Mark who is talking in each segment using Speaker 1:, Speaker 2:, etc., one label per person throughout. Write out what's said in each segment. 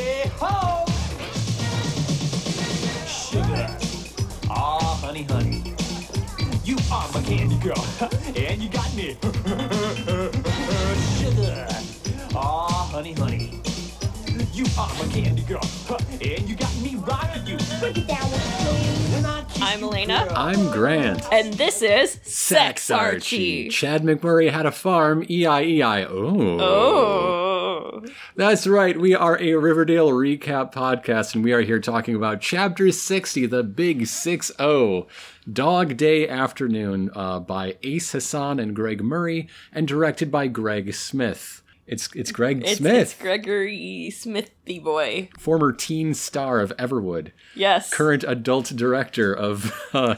Speaker 1: Ah, sugar, and you got me. sugar. Aw, honey, honey. You are my candy girl, and you got me rocking you. Break it down with me.
Speaker 2: I'm Elena,
Speaker 3: I'm Grant.
Speaker 2: and this is Sex Archie.
Speaker 3: Chad McMurray had a farm. E I E I. Oh.
Speaker 2: Oh,
Speaker 3: That's right. We are a Riverdale recap podcast, and we are here talking about Chapter 60, the Big 6 0. Dog Day Afternoon uh, by Ace Hassan and Greg Murray, and directed by Greg Smith. It's, it's Greg
Speaker 2: it's, it's
Speaker 3: Smith,
Speaker 2: Gregory Smithy boy.
Speaker 3: former teen star of Everwood.
Speaker 2: Yes,
Speaker 3: current adult director of uh,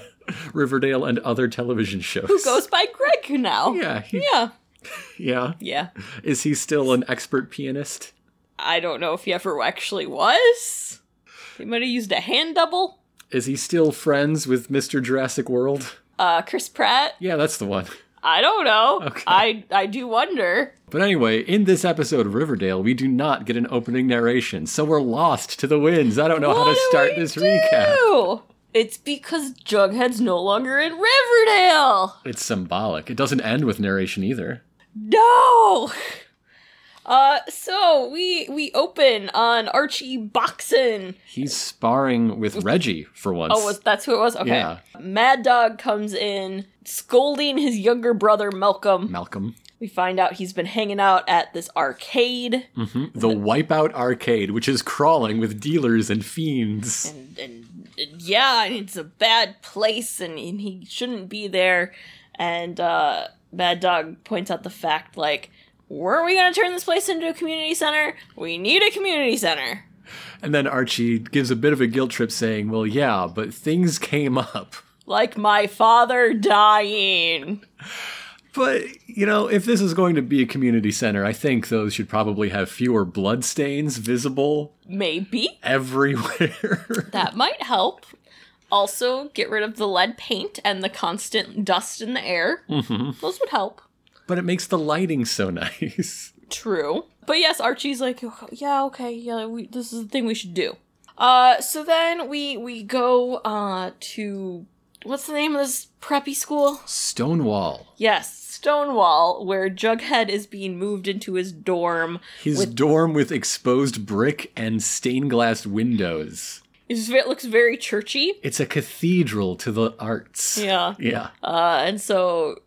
Speaker 3: Riverdale and other television shows.
Speaker 2: who goes by Greg now?
Speaker 3: Yeah, he-
Speaker 2: yeah,
Speaker 3: yeah.
Speaker 2: yeah.
Speaker 3: Is he still an expert pianist?
Speaker 2: I don't know if he ever actually was. He might have used a hand double.
Speaker 3: Is he still friends with Mr. Jurassic World?
Speaker 2: Uh, Chris Pratt.
Speaker 3: Yeah, that's the one.
Speaker 2: I don't know.
Speaker 3: Okay.
Speaker 2: I I do wonder.
Speaker 3: But anyway, in this episode of Riverdale, we do not get an opening narration, so we're lost to the winds. I don't know how
Speaker 2: What
Speaker 3: to
Speaker 2: do
Speaker 3: start
Speaker 2: we
Speaker 3: this recap.
Speaker 2: do? It's because Jughead's no longer in Riverdale.
Speaker 3: It's symbolic. It doesn't end with narration either.
Speaker 2: No. Uh, so we we open on Archie boxing.
Speaker 3: He's sparring with Reggie for once.
Speaker 2: Oh, was that's who it was? Okay.
Speaker 3: Yeah.
Speaker 2: Mad Dog comes in scolding his younger brother Malcolm.
Speaker 3: Malcolm.
Speaker 2: We find out he's been hanging out at this arcade
Speaker 3: hmm The Wipeout Arcade, which is crawling with dealers and fiends.
Speaker 2: and, and, and yeah, and it's a bad place and, and he shouldn't be there. And uh, Mad Dog points out the fact like, were we gonna turn this place into a community center? We need a community center.
Speaker 3: And then Archie gives a bit of a guilt trip saying, Well, yeah, but things came up.
Speaker 2: like my father dying.
Speaker 3: But, you know, if this is going to be a community center, I think those should probably have fewer bloodstains visible
Speaker 2: Maybe
Speaker 3: everywhere.
Speaker 2: that might help. Also, get rid of the lead paint and the constant dust in the air. Those would help.
Speaker 3: but it makes the lighting so nice.
Speaker 2: True. But yes, Archie's like, "Oh, yeah, okay, yeah, we, this is the thing we should do. Uh, so then we we go uh to what's the name of this preppy school?
Speaker 3: Stonewall.
Speaker 2: Yes, Stonewall, where Jughead is being moved into his dorm.
Speaker 3: His dorm with exposed brick and stained glass windows.
Speaker 2: It's, it looks very churchy.
Speaker 3: It's a cathedral to the arts.
Speaker 2: Yeah.
Speaker 3: Yeah.
Speaker 2: Uh, and so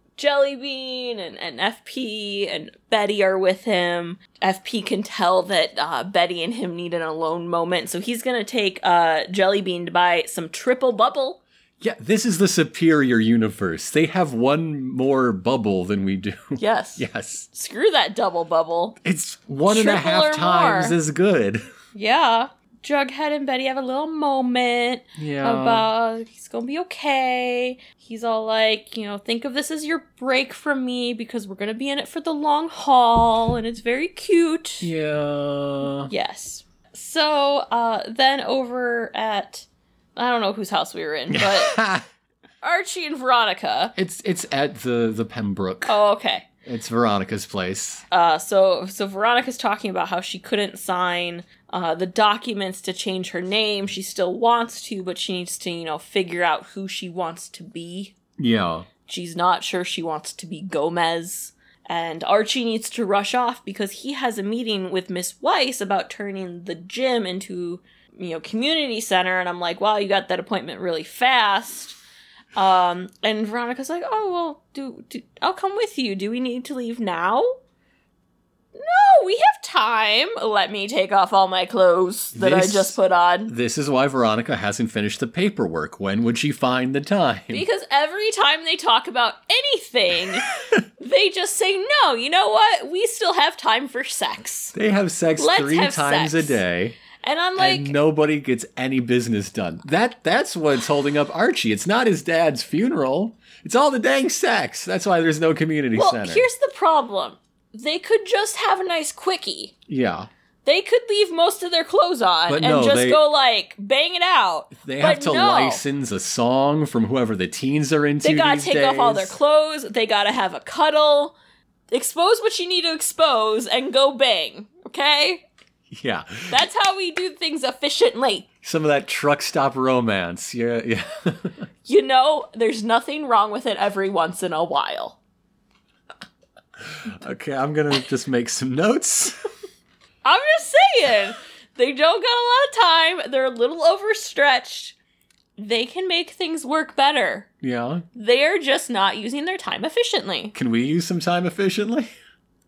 Speaker 2: Jellybean and, and FP and Betty are with him. FP can tell that uh, Betty and him need an alone moment, so he's gonna take uh, Jellybean to buy some triple bubble.
Speaker 3: Yeah, this is the superior universe. They have one more bubble than we do.
Speaker 2: Yes.
Speaker 3: yes.
Speaker 2: Screw that double bubble.
Speaker 3: It's one and a
Speaker 2: Triple
Speaker 3: half
Speaker 2: or
Speaker 3: times
Speaker 2: more.
Speaker 3: as good.
Speaker 2: Yeah. Jughead and Betty have a little moment
Speaker 3: Yeah.
Speaker 2: about he's gonna be okay. He's all like, you know, think of this as your break from me because we're gonna be in it for the long haul, and it's very cute.
Speaker 3: yeah.
Speaker 2: Yes. So uh, then over at I don't know whose house we were in, but Archie and Veronica.
Speaker 3: it's it's at the the Pembroke.
Speaker 2: Oh, okay.
Speaker 3: It's Veronica's place.
Speaker 2: Uh, so so Veronica's talking about how she couldn't sign uh, the documents to change her name. She still wants to, but she needs to you know figure out who she wants to be.
Speaker 3: Yeah.
Speaker 2: She's not sure she wants to be Gomez. And Archie needs to rush off because he has a meeting with Miss Weiss about turning the gym into, you know, community center. And I'm like, wow, you got that appointment really fast. Um, and Veronica's like, oh, well, do, do I'll come with you. Do we need to leave now? No, we have time. Let me take off all my clothes that
Speaker 3: This-
Speaker 2: I just put on.
Speaker 3: This is why Veronica hasn't finished the paperwork. When would she find the time?
Speaker 2: Because every time they talk about anything, they just say, no, you know what? We still have time for sex.
Speaker 3: they have sex
Speaker 2: Let's
Speaker 3: three
Speaker 2: have
Speaker 3: times
Speaker 2: sex.
Speaker 3: a day,
Speaker 2: And I'm like,
Speaker 3: and nobody gets any business done. That that's what's holding up Archie. It's not his dad's funeral. It's all the dang sex. That's why there's no community
Speaker 2: well,
Speaker 3: center.
Speaker 2: here's the problem. They could just have a nice quickie.
Speaker 3: yeah,
Speaker 2: They could leave most of their clothes on
Speaker 3: But
Speaker 2: and
Speaker 3: no,
Speaker 2: just
Speaker 3: they-
Speaker 2: go like bang it out.
Speaker 3: they
Speaker 2: But
Speaker 3: have to
Speaker 2: no.
Speaker 3: license a song from whoever the teens are into.
Speaker 2: They gotta
Speaker 3: these
Speaker 2: take off all their
Speaker 3: days.
Speaker 2: clothes. They gotta have a cuddle. Expose what you need to expose and go bang. Okay?
Speaker 3: Yeah.
Speaker 2: That's how we do things efficiently.
Speaker 3: Some of that truck stop romance. Yeah, yeah.
Speaker 2: You know, there's nothing wrong with it every once in a while.
Speaker 3: Okay, I'm gonna just make some notes.
Speaker 2: I'm just saying, they don't got a lot of time. They're a little overstretched. They can make things work better.
Speaker 3: Yeah.
Speaker 2: They're just not using their time efficiently.
Speaker 3: Can we use some time efficiently?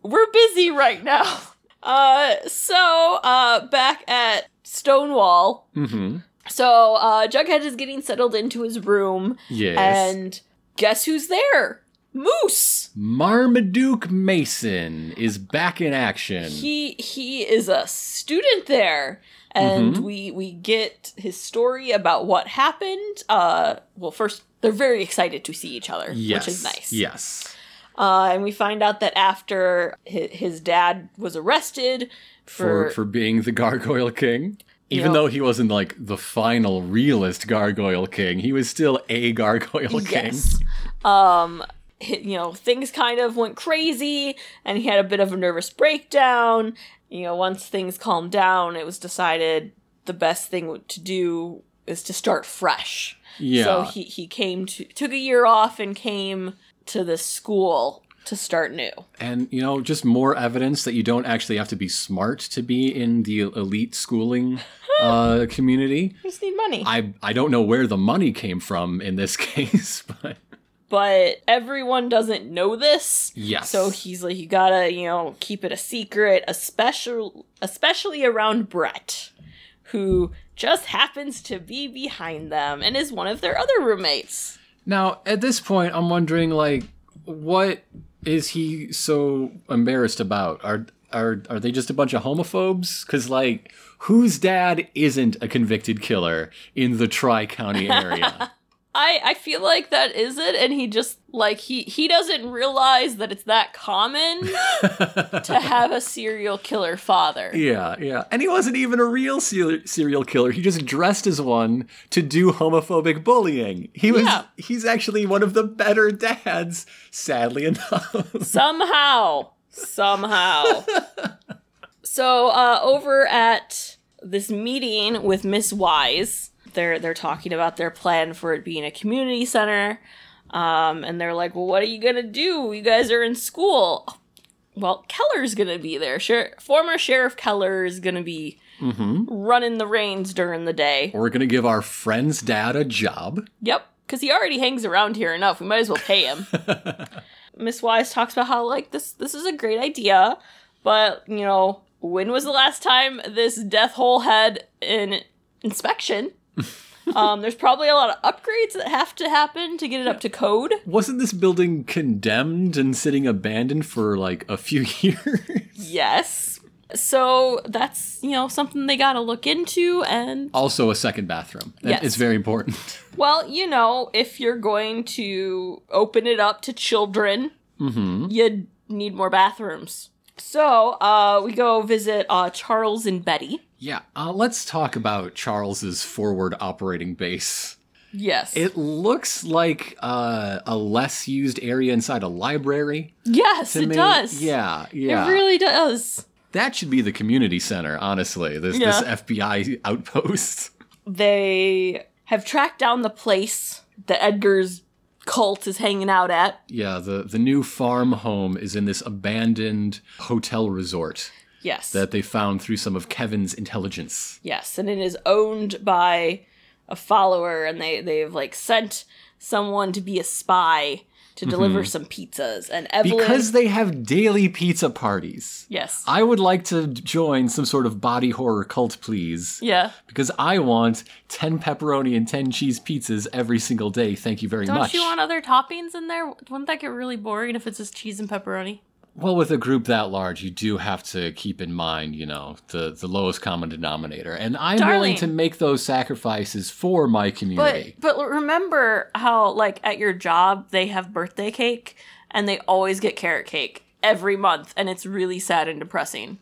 Speaker 2: We're busy right now. Uh, so, uh, back at Stonewall,
Speaker 3: Mm-hmm.
Speaker 2: so uh, Jughead is getting settled into his room,
Speaker 3: Yes.
Speaker 2: and guess who's there? Moose.
Speaker 3: Marmaduke Mason is back in action.
Speaker 2: he he is a student there
Speaker 3: Mm-hmm.
Speaker 2: and we we get his story about what happened uh well first they're very excited to see each other
Speaker 3: yes.
Speaker 2: which is nice
Speaker 3: Yes.
Speaker 2: uh and we find out that after his, his dad was arrested for,
Speaker 3: For for being the Gargoyle King. Even
Speaker 2: Yep.
Speaker 3: though he wasn't like the final realist Gargoyle King, he was still a Gargoyle
Speaker 2: yes um hi- you know things kind of went crazy and he had a bit of a nervous breakdown you know once things calmed down it was decided the best thing to do is to start fresh
Speaker 3: King. Yeah.
Speaker 2: So he he came to took a year off and came to this school to start new.
Speaker 3: and you know, just more evidence that you don't actually have to be smart to be in the elite schooling uh, community.
Speaker 2: You just need money.
Speaker 3: I I don't know where the money came from in this case, but
Speaker 2: but everyone doesn't know this.
Speaker 3: yes.
Speaker 2: So he's like you got to, you know, keep it a secret, especially especially around Brett, who just happens to be behind them and is one of their other roommates.
Speaker 3: Now, at this point, I'm wondering, like, what is he so embarrassed about? Are are are they just a bunch of homophobes? Because like, whose dad isn't a convicted killer in the Tri County area?
Speaker 2: I, I feel like that is it and he just like he he doesn't realize that it's that common to have a serial killer father.
Speaker 3: yeah, yeah. And he wasn't even a real ser- serial killer. He just dressed as one to do homophobic bullying. He was.
Speaker 2: Yeah.
Speaker 3: He's actually one of the better dads, sadly enough.
Speaker 2: Somehow. Somehow. so uh over at this meeting with Miss Wise, they're they're talking about their plan for it being a community center. Um, and they're like, Well, what are you gonna do? You guys are in school. Well, Keller's gonna be there. Sher- former Sheriff Keller is gonna be
Speaker 3: mm-hmm.
Speaker 2: running the reins during the day.
Speaker 3: We're gonna give our friend's dad a job.
Speaker 2: Yep, because he already hangs around here enough. We might as well pay him. Miss Wise talks about how like this this is a great idea, but you know when was the last time this death hole had an inspection? um, there's probably a lot of upgrades that have to happen to get it up to code.
Speaker 3: Wasn't this building condemned and sitting abandoned for like a few years?
Speaker 2: Yes. So that's you know something they got to look into, and
Speaker 3: also, a second bathroom. That
Speaker 2: Yes.
Speaker 3: is very important.
Speaker 2: well, you know if you're going to open it up to children,
Speaker 3: hmm
Speaker 2: you need more bathrooms. So uh, we go visit uh, Charles and Betty.
Speaker 3: Yeah, uh, let's talk about Charles's forward operating base.
Speaker 2: Yes.
Speaker 3: It looks like uh, a less used area inside a library.
Speaker 2: yes,
Speaker 3: to
Speaker 2: it
Speaker 3: me.
Speaker 2: does.
Speaker 3: Yeah, yeah.
Speaker 2: It really does.
Speaker 3: that should be the community center, honestly. This this
Speaker 2: Yeah.
Speaker 3: FBI outpost.
Speaker 2: They have tracked down the place that Edgar's cult is hanging out at.
Speaker 3: Yeah, the the new farm home is in this abandoned hotel resort
Speaker 2: Yes.
Speaker 3: that they found through some of Kevin's intelligence.
Speaker 2: yes, and it is owned by a follower and they they've like sent someone to be a spy to deliver some pizzas and Evelyn
Speaker 3: Mm-hmm. Because they have daily pizza parties.
Speaker 2: Yes.
Speaker 3: I would like to join some sort of body horror cult, please.
Speaker 2: yeah.
Speaker 3: Because I want 10 pepperoni and 10 cheese pizzas every single day. Thank you very
Speaker 4: Don't
Speaker 3: much.
Speaker 4: you want other toppings in there? Wouldn't that get really boring if it's just cheese and pepperoni?
Speaker 3: well, with a group that large, you do have to keep in mind, you know, the, the lowest common denominator. And I'm willing
Speaker 4: Darling.
Speaker 3: to make those sacrifices for my
Speaker 4: But
Speaker 3: community.
Speaker 4: but remember how like at your job they have birthday cake and they always get carrot cake every month and it's really sad and depressing.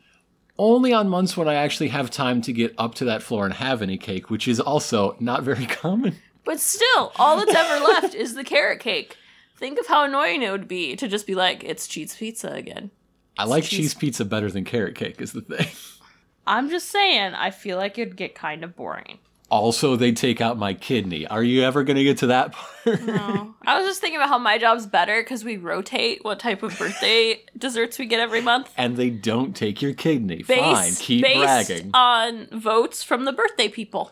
Speaker 3: Only on months when I actually have time to get up to that floor and have any cake, which is also not very common.
Speaker 4: But still, all that's ever left is the carrot cake. Think of how annoying it would be to just be like, it's cheese pizza again.
Speaker 3: I like
Speaker 4: cheese-
Speaker 3: cheese pizza better than carrot cake, is the thing.
Speaker 4: I'm just saying, I feel like it'd get kind of boring.
Speaker 3: Also, they take out my kidney. Are you ever going to get to that part?
Speaker 2: No. I was just thinking about how my job's better because we rotate what type of birthday desserts we get every month.
Speaker 3: and they don't take your kidney.
Speaker 2: Based,
Speaker 3: Fine, keep
Speaker 2: based
Speaker 3: bragging.
Speaker 2: on votes from the birthday people.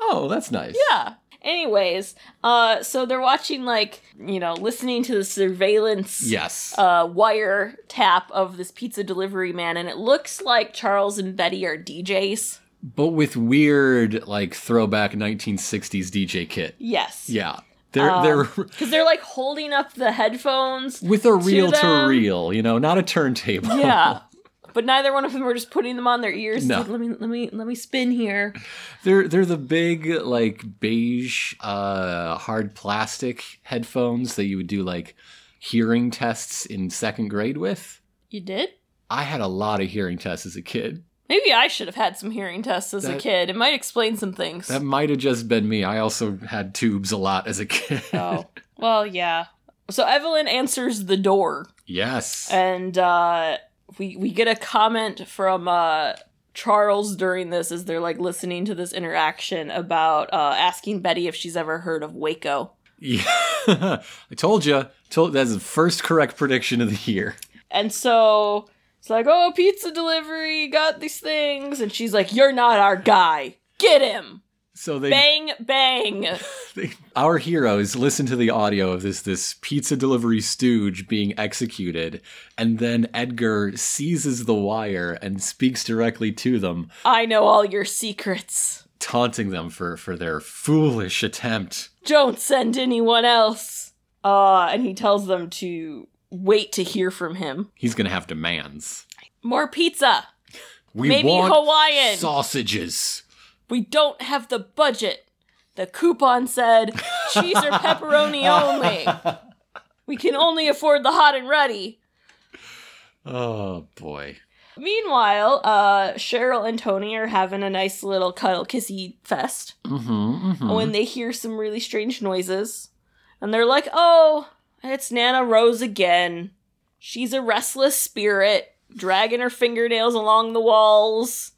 Speaker 3: oh, that's nice.
Speaker 2: Yeah.
Speaker 5: Anyways, uh, so they're watching like you know, listening to the surveillance
Speaker 3: Yes.
Speaker 5: uh, wire tap of this pizza delivery man, and it looks like Charles and Betty are DJs.
Speaker 3: but with weird like throwback 1960s DJ kit.
Speaker 5: Yes,
Speaker 3: Yeah. They're
Speaker 2: Um,
Speaker 3: they're
Speaker 5: because they're like holding up the headphones.
Speaker 3: with a reel to
Speaker 5: them.
Speaker 3: reel, you know, not a turntable.
Speaker 5: Yeah, but neither one of them are just putting them on their ears.
Speaker 3: No.
Speaker 5: Dude, let me let me let me spin here.
Speaker 3: They're they're the big like beige uh hard plastic headphones that you would do like hearing tests in second grade with.
Speaker 5: You did?
Speaker 3: I had a lot of hearing tests as a kid.
Speaker 2: Maybe I should have had some hearing tests as
Speaker 3: That-
Speaker 2: a kid. It might explain some things.
Speaker 3: That might have just been me. I also had tubes a lot as a kid.
Speaker 2: Oh. well, yeah. So Evelyn answers the door.
Speaker 3: yes.
Speaker 2: and uh, we we get a comment from uh, Charles during this as they're like listening to this interaction about uh, asking Betty if she's ever heard of Waco,
Speaker 3: Yeah. I told you. Told that's the first correct prediction of the year.
Speaker 2: and so it's like, oh, pizza delivery got these things, and she's like, you're not our guy, get him,
Speaker 3: So they,
Speaker 2: bang bang.
Speaker 3: they- our heroes listen to the audio of this this pizza delivery stooge being executed and then Edgar seizes the wire and speaks directly to them,
Speaker 2: I know all your secrets.
Speaker 3: taunting them for for their foolish attempt.
Speaker 2: Don't send anyone else. Uh, and he tells them to wait to hear from him.
Speaker 3: He's going to have demands.
Speaker 2: More pizza.
Speaker 3: We
Speaker 2: Maybe
Speaker 3: want
Speaker 2: Hawaiian.
Speaker 3: sausages.
Speaker 2: We don't have the budget. The coupon said cheese or pepperoni only. We can only afford the hot and ready.
Speaker 3: Oh boy.
Speaker 2: Meanwhile, uh, Cheryl and Tony are having a nice little cuddle kissy fest
Speaker 3: Mhm. mhm.
Speaker 2: when they hear some really strange noises. And they're like, oh, it's Nana Rose again. She's a restless spirit, dragging her fingernails along the walls.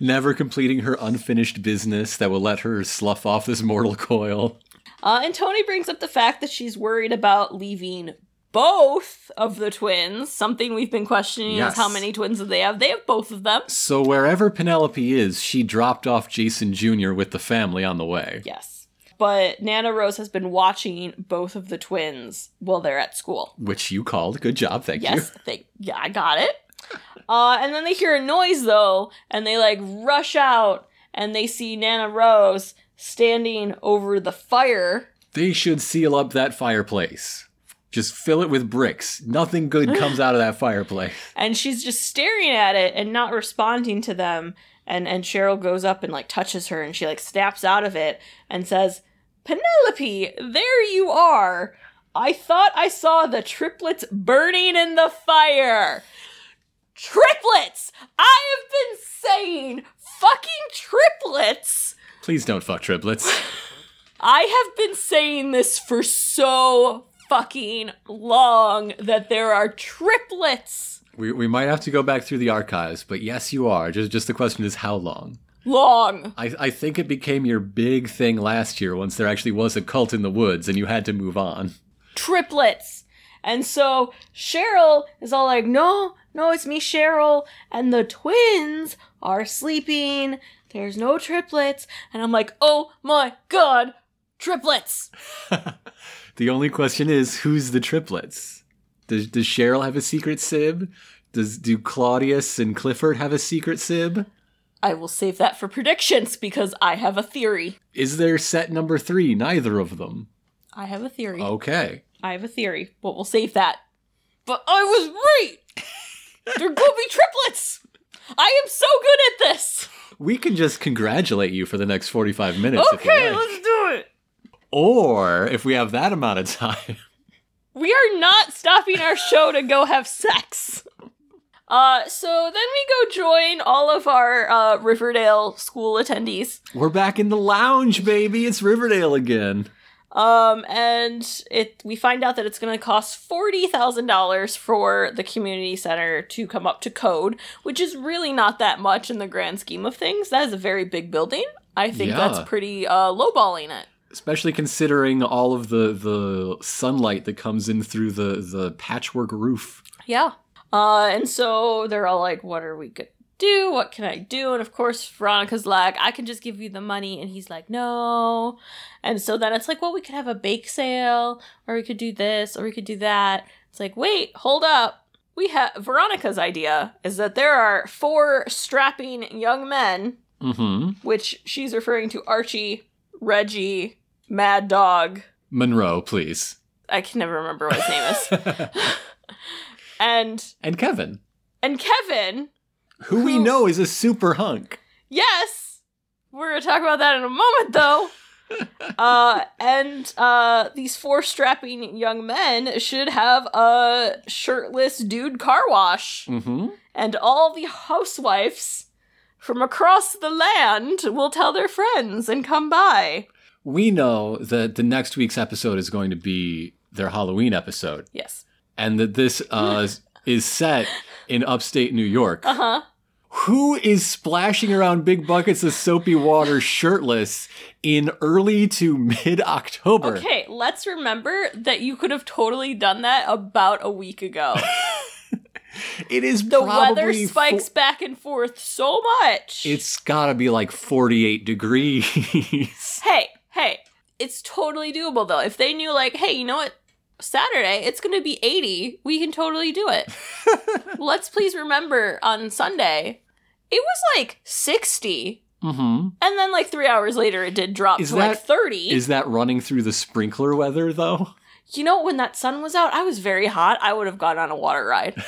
Speaker 3: Never completing her unfinished business that will let her slough off this mortal coil.
Speaker 2: Uh, and Tony brings up the fact that she's worried about leaving both of the twins. Something we've been questioning
Speaker 3: Yes.
Speaker 2: is how many twins do they have? They have both of them.
Speaker 3: So wherever Penelope is, she dropped off Jason Jr. with the family on the way.
Speaker 2: Yes. But Nana Rose has been watching both of the twins while they're at school.
Speaker 3: Which you called. Good job, thank
Speaker 2: Yes, they, yeah, I got it. Uh, and then they hear a noise though, and they like rush out, and they see Nana Rose standing over the fire.
Speaker 3: you. They should seal up that fireplace. Just fill it with bricks. Nothing good comes out of that fireplace.
Speaker 2: and she's just staring at it and not responding to them and and cheryl goes up and like touches her and she like snaps out of it and says penelope there you are i thought i saw the triplets burning in the fire triplets i have been saying fucking triplets
Speaker 3: Please don't fuck triplets.
Speaker 2: I have been saying this for so fucking long that there are triplets
Speaker 3: We, we might have to go back through the archives, but yes, you are. Just just the question is how long.
Speaker 2: long.
Speaker 3: I, I think it became your big thing last year once there actually was a cult in the woods and you had to move on.
Speaker 2: triplets. And so Cheryl is all like, no, no, it's me, Cheryl. And the twins are sleeping. There's no triplets. And I'm like, oh my God, triplets.
Speaker 3: The only question is who's the triplets? Does, does Cheryl have a secret sib? Does do Claudius and Clifford have a secret sib?
Speaker 2: I will save that for predictions because I have a theory.
Speaker 3: Is there set number three? Neither of them.
Speaker 2: I have a theory.
Speaker 3: Oh. Okay.
Speaker 2: I have a theory, but we'll save that. But I was right. there could be triplets. I am so good at this.
Speaker 3: We can just congratulate you for the next 45 minutes if you
Speaker 2: Okay,
Speaker 3: like.
Speaker 2: let's do it.
Speaker 3: Or if we have that amount of time.
Speaker 2: We are not stopping our show to go have sex. Uh, so then we go join all of our uh, Riverdale school attendees.
Speaker 3: We're back in the lounge, baby. It's Riverdale again.
Speaker 2: Um, and it we find out that it's going to cost forty thousand dollars for the community center to come up to code, which is really not that much in the grand scheme of things. That is a very big building. I think
Speaker 3: Yeah.
Speaker 2: that's pretty uh, lowballing it.
Speaker 3: especially considering all of the the sunlight that comes in through the the patchwork roof.
Speaker 2: Yeah. Uh, and so they're all like, what are we going to do? What can I do? And of course, Veronica's like, I can just give you the money. And he's like, no. And so then it's like, well, we could have a bake sale, or we could do this, or we could do that. It's like, wait, hold up. We have Veronica's idea is that there are four strapping young men,
Speaker 3: Mm-hmm.
Speaker 2: which she's referring to Archie, Reggie, Mad Dog.
Speaker 3: Monroe, please,
Speaker 2: I can never remember what his name is. And
Speaker 3: and Kevin,
Speaker 2: and Kevin,
Speaker 3: who we
Speaker 2: Who-
Speaker 3: know is a super hunk.
Speaker 2: Yes, we're gonna talk about that in a moment, though. uh, and uh, these four strapping young men should have a shirtless dude car wash,
Speaker 3: Mm-hmm.
Speaker 2: and all the housewives from across the land will tell their friends and come by.
Speaker 3: We know that the next week's episode is going to be their Halloween episode,
Speaker 2: Yes.
Speaker 3: and that this uh, is- is set in upstate New York.
Speaker 2: Uh huh.
Speaker 3: Who is splashing around big buckets of soapy water shirtless in early to mid October?
Speaker 2: Okay, let's remember that you could have totally done that about a week ago.
Speaker 3: It is
Speaker 2: The
Speaker 3: probably
Speaker 2: weather
Speaker 3: fo-
Speaker 2: spikes back and forth so much.
Speaker 3: It's gotta be like 48 degrees.
Speaker 2: Hey, hey, it's totally doable though. If they knew, like, hey, you know what? Saturday, it's going to be 80. We can totally do it. Let's please remember on Sunday, it was like 60.
Speaker 3: mm-hmm.
Speaker 2: And then, like, three hours later, it did drop
Speaker 3: Is
Speaker 2: to like
Speaker 3: that-
Speaker 2: 30.
Speaker 3: Is that running through the sprinkler weather though?
Speaker 2: you know, when that sun was out, I was very hot. I would have gone on a water ride.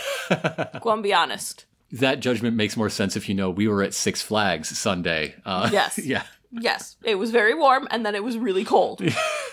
Speaker 2: Go and be honest.
Speaker 3: That judgment makes more sense if you know we were at Six Flags Sunday. Uh,
Speaker 2: Yes.
Speaker 3: yeah.
Speaker 2: Yes, it was very warm and then it was really cold.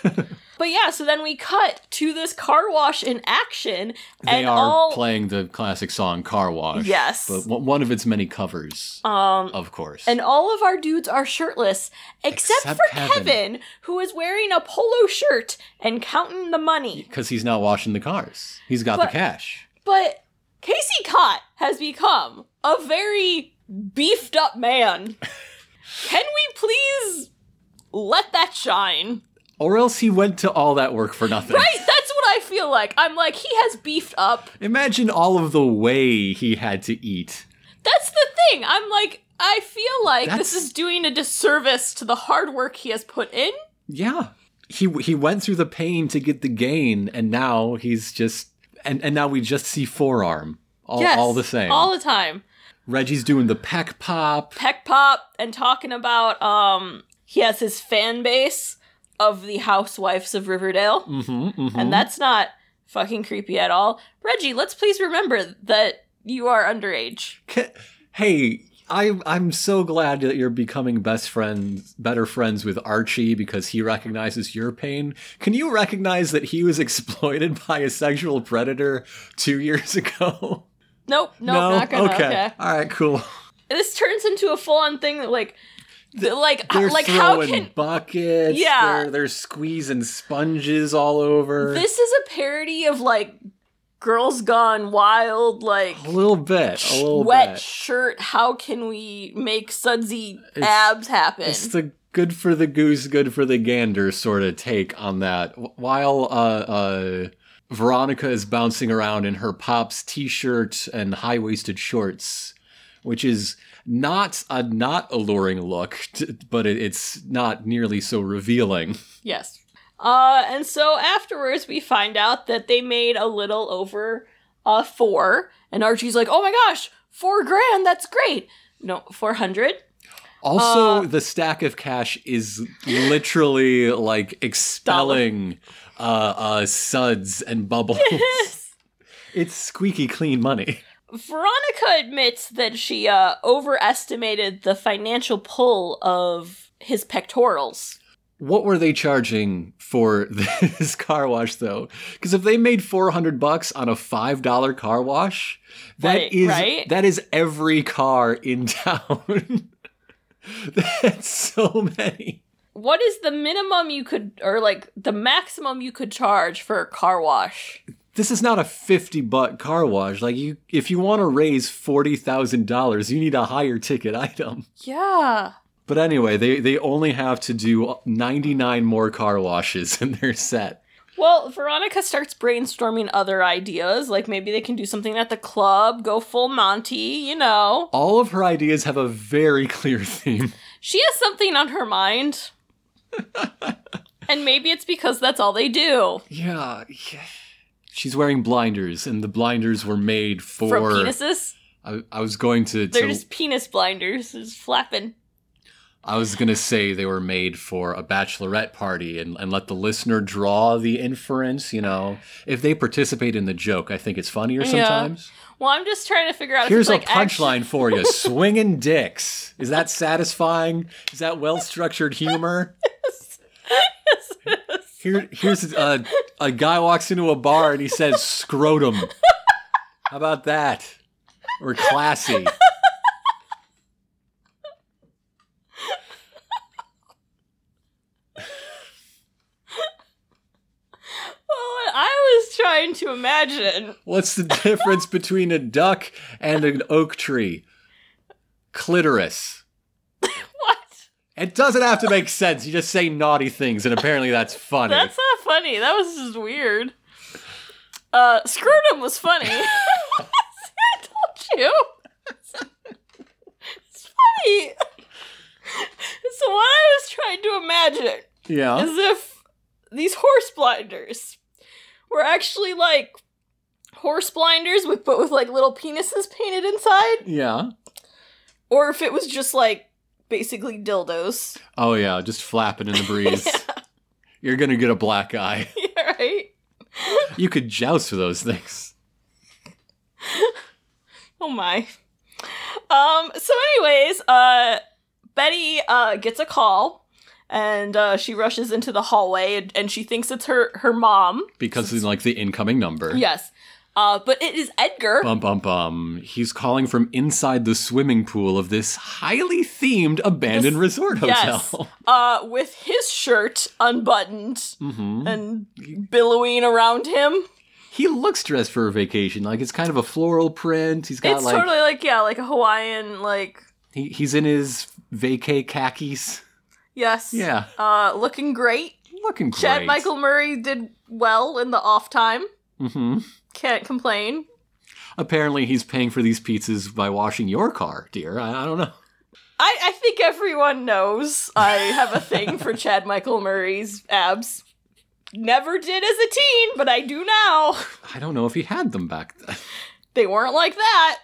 Speaker 2: but yeah, so then we cut to this car wash in action.
Speaker 3: They
Speaker 2: and
Speaker 3: are
Speaker 2: all
Speaker 3: playing the classic song Car Wash.
Speaker 2: Yes.
Speaker 3: But one one of its many covers,
Speaker 2: Um,
Speaker 3: of course.
Speaker 2: and all of our dudes are shirtless except,
Speaker 3: Except
Speaker 2: for
Speaker 3: Kevin.
Speaker 2: Kevin. who is wearing a polo shirt and counting the money.
Speaker 3: Because he's not washing the cars, he's got the
Speaker 2: But-
Speaker 3: cash.
Speaker 2: But Casey Cott has become a very beefed up man. Can we please let that shine?
Speaker 3: Or else he went to all that work for nothing.
Speaker 2: Right, that's what I feel like. I'm like he has beefed up.
Speaker 3: Imagine all of the way he had to eat.
Speaker 2: That's the thing. I'm like I feel like
Speaker 3: That's-
Speaker 2: this is doing a disservice to the hard work he has put in.
Speaker 3: Yeah. He he went through the pain to get the gain and now he's just and and now we just see forearm. All,
Speaker 2: Yes,
Speaker 3: all the same.
Speaker 2: All the time.
Speaker 3: Reggie's doing the peck pop.
Speaker 2: Peck Pop and talking about um he has his fan base of the housewives of Riverdale.
Speaker 3: Mhm. mhm.
Speaker 2: And that's not fucking creepy at all. Reggie, let's please remember that you are underage.
Speaker 3: K- Hey, I I'm so glad that you're becoming best friends, better friends with Archie because he recognizes your pain. Can you recognize that he was exploited by a sexual predator 2 years ago?
Speaker 2: Nope, nope, not gonna.
Speaker 3: okay.
Speaker 2: okay.
Speaker 3: All right, cool.
Speaker 2: This turns into a full-on thing that like th- like
Speaker 3: They're
Speaker 2: like how
Speaker 3: throwing
Speaker 2: can
Speaker 3: buckets.
Speaker 2: Yeah.
Speaker 3: they're, they're squeezing sponges all over.
Speaker 2: this is a parody of like girls gone wild like
Speaker 3: a little bit, a little
Speaker 2: wet
Speaker 3: bit.
Speaker 2: shirt how can we make sudsy
Speaker 3: It's-
Speaker 2: abs happen
Speaker 3: It's the good for the goose, good for the gander sort of take on that. Wh- While uh, uh, Veronica is bouncing around in her pop's t-shirt and high-waisted shorts, which is not a not alluring look, t- but it, it's not nearly so revealing.
Speaker 2: Yes. Uh, and so afterwards, we find out that they made a little over uh, four, and Archie's like, "Oh my gosh, four grand! That's great." No, four hundred.
Speaker 3: Also,
Speaker 2: Uh,
Speaker 3: the stack of cash is literally like expelling uh, uh, suds and bubbles. it's squeaky clean money.
Speaker 2: Veronica admits that she uh, overestimated the financial pull of his pectorals.
Speaker 3: What were they charging for this car wash though? Because if they made four hundred bucks on a five dollar car wash, that
Speaker 2: Right,
Speaker 3: is-
Speaker 2: right?
Speaker 3: that is every car in town. That's so many.
Speaker 2: What is the minimum you could, or like the maximum you could charge for a car wash?
Speaker 3: This is not a fifty buck car wash. Like you, if you want to raise forty thousand dollars, you need a higher ticket item.
Speaker 2: Yeah.
Speaker 3: But anyway, they, they only have to do 99 more car washes and they're set.
Speaker 2: Well, Veronica starts brainstorming other ideas, like maybe they can do something at the club, go full Monty, you know.
Speaker 3: All of her ideas have a very clear theme.
Speaker 2: She has something on her mind. and maybe it's because that's all they do.
Speaker 3: Yeah. yeah. She's wearing blinders, and the blinders were made for.
Speaker 2: From penises?
Speaker 3: I, I was going to.
Speaker 2: They're
Speaker 3: to-
Speaker 2: just penis blinders, just flapping.
Speaker 3: I was going to say they were made for a bachelorette party and, and let the listener draw the inference, you know. If they participate in the joke, I think it's funnier
Speaker 2: Yeah.
Speaker 3: sometimes.
Speaker 2: Well, I'm just trying to figure out
Speaker 3: Here's
Speaker 2: if it's
Speaker 3: a
Speaker 2: like action-
Speaker 3: punchline for you swinging dicks. Is that satisfying? Is that well structured humor? Here, here's a, a guy walks into a bar and he says scrotum. How about that? Or classy.
Speaker 2: Well, I was trying to imagine.
Speaker 3: What's the difference between a duck and an oak tree? Clitoris.
Speaker 2: What?
Speaker 3: It doesn't have to make sense. You just say naughty things, and apparently that's funny.
Speaker 2: That's not funny. That was just weird. Uh, scrotum was funny. See, I told you. It's funny. So what I was trying to imagine
Speaker 3: yeah.
Speaker 2: is if these horse blinders were actually like horse blinders with but with like little penises painted inside,
Speaker 3: Yeah.
Speaker 2: or if it was just like basically dildos.
Speaker 3: Oh, yeah. Just flapping in the breeze. You're going to get a black eye.
Speaker 2: Yeah, right.
Speaker 3: You could joust with those things.
Speaker 2: Oh my. Um, so anyways, uh Betty uh gets a call and uh she rushes into the hallway and, and she thinks it's her her mom.
Speaker 3: Because of, like, the incoming number.
Speaker 2: Yes. Uh but it is Edgar.
Speaker 3: Bum, bum, bum. He's calling from inside the swimming pool of this highly themed abandoned resort hotel.
Speaker 2: Yes. Uh with his shirt unbuttoned
Speaker 3: hmm
Speaker 2: and billowing around him.
Speaker 3: He looks dressed for a vacation. Like, it's kind of a floral print. He's got,
Speaker 2: It's
Speaker 3: like,
Speaker 2: totally like yeah, like a Hawaiian like
Speaker 3: he, he's in his vacay khakis.
Speaker 2: yes.
Speaker 3: Yeah.
Speaker 2: Uh looking great.
Speaker 3: Looking great.
Speaker 2: Chad Michael Murray did well in the off time.
Speaker 3: hmm
Speaker 2: Can't complain.
Speaker 3: Apparently, he's paying for these pizzas by washing your car, dear. I, I don't know.
Speaker 2: I, I think everyone knows I have a thing for Chad Michael Murray's abs. Never did as a teen, but I do now.
Speaker 3: I don't know if he had them back then.
Speaker 2: They weren't like that.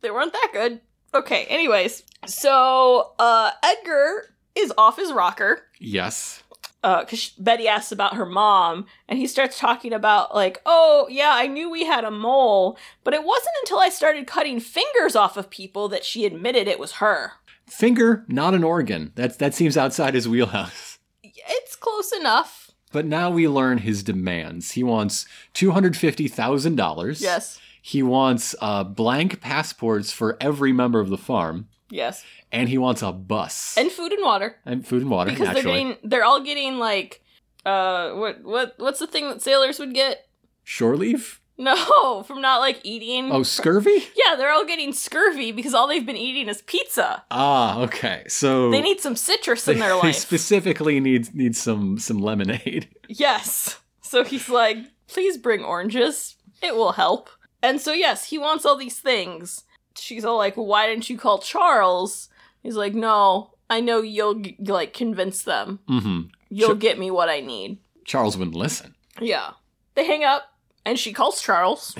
Speaker 2: They weren't that good. Okay, anyways. So, uh, Edgar is off his rocker.
Speaker 3: yes.
Speaker 2: because Betty asks about her mom, and he starts talking about like, oh yeah, I knew we had a mole, but it wasn't until I started cutting fingers off of people that she admitted it was her.
Speaker 3: Finger, not an organ. That, that seems outside his wheelhouse.
Speaker 2: It's close enough.
Speaker 3: But now we learn his demands. He wants $250,000.
Speaker 2: Yes.
Speaker 3: He wants uh, blank passports for every member of the farm.
Speaker 2: Yes.
Speaker 3: And he wants a bus.
Speaker 2: And food and water.
Speaker 3: And food and water,
Speaker 2: because
Speaker 3: naturally.
Speaker 2: they're getting they're all getting like uh what what what's the thing that sailors would get
Speaker 3: Shore leave?
Speaker 2: no from not like eating
Speaker 3: Oh, scurvy?
Speaker 2: yeah they're all getting scurvy because all they've been eating is pizza
Speaker 3: Ah, okay. So
Speaker 2: they need some citrus
Speaker 3: they,
Speaker 2: in their
Speaker 3: they
Speaker 2: life
Speaker 3: specifically need need some some lemonade.
Speaker 2: yes so he's like please bring oranges it will help and so yes he wants all these things she's all like why didn't you call charles he's like no i know you'll g- like convince them
Speaker 3: Mm-hmm.
Speaker 2: you'll
Speaker 3: Sure.
Speaker 2: get me what i need
Speaker 3: Charles wouldn't listen.
Speaker 2: Yeah. They hang up and she calls Charles.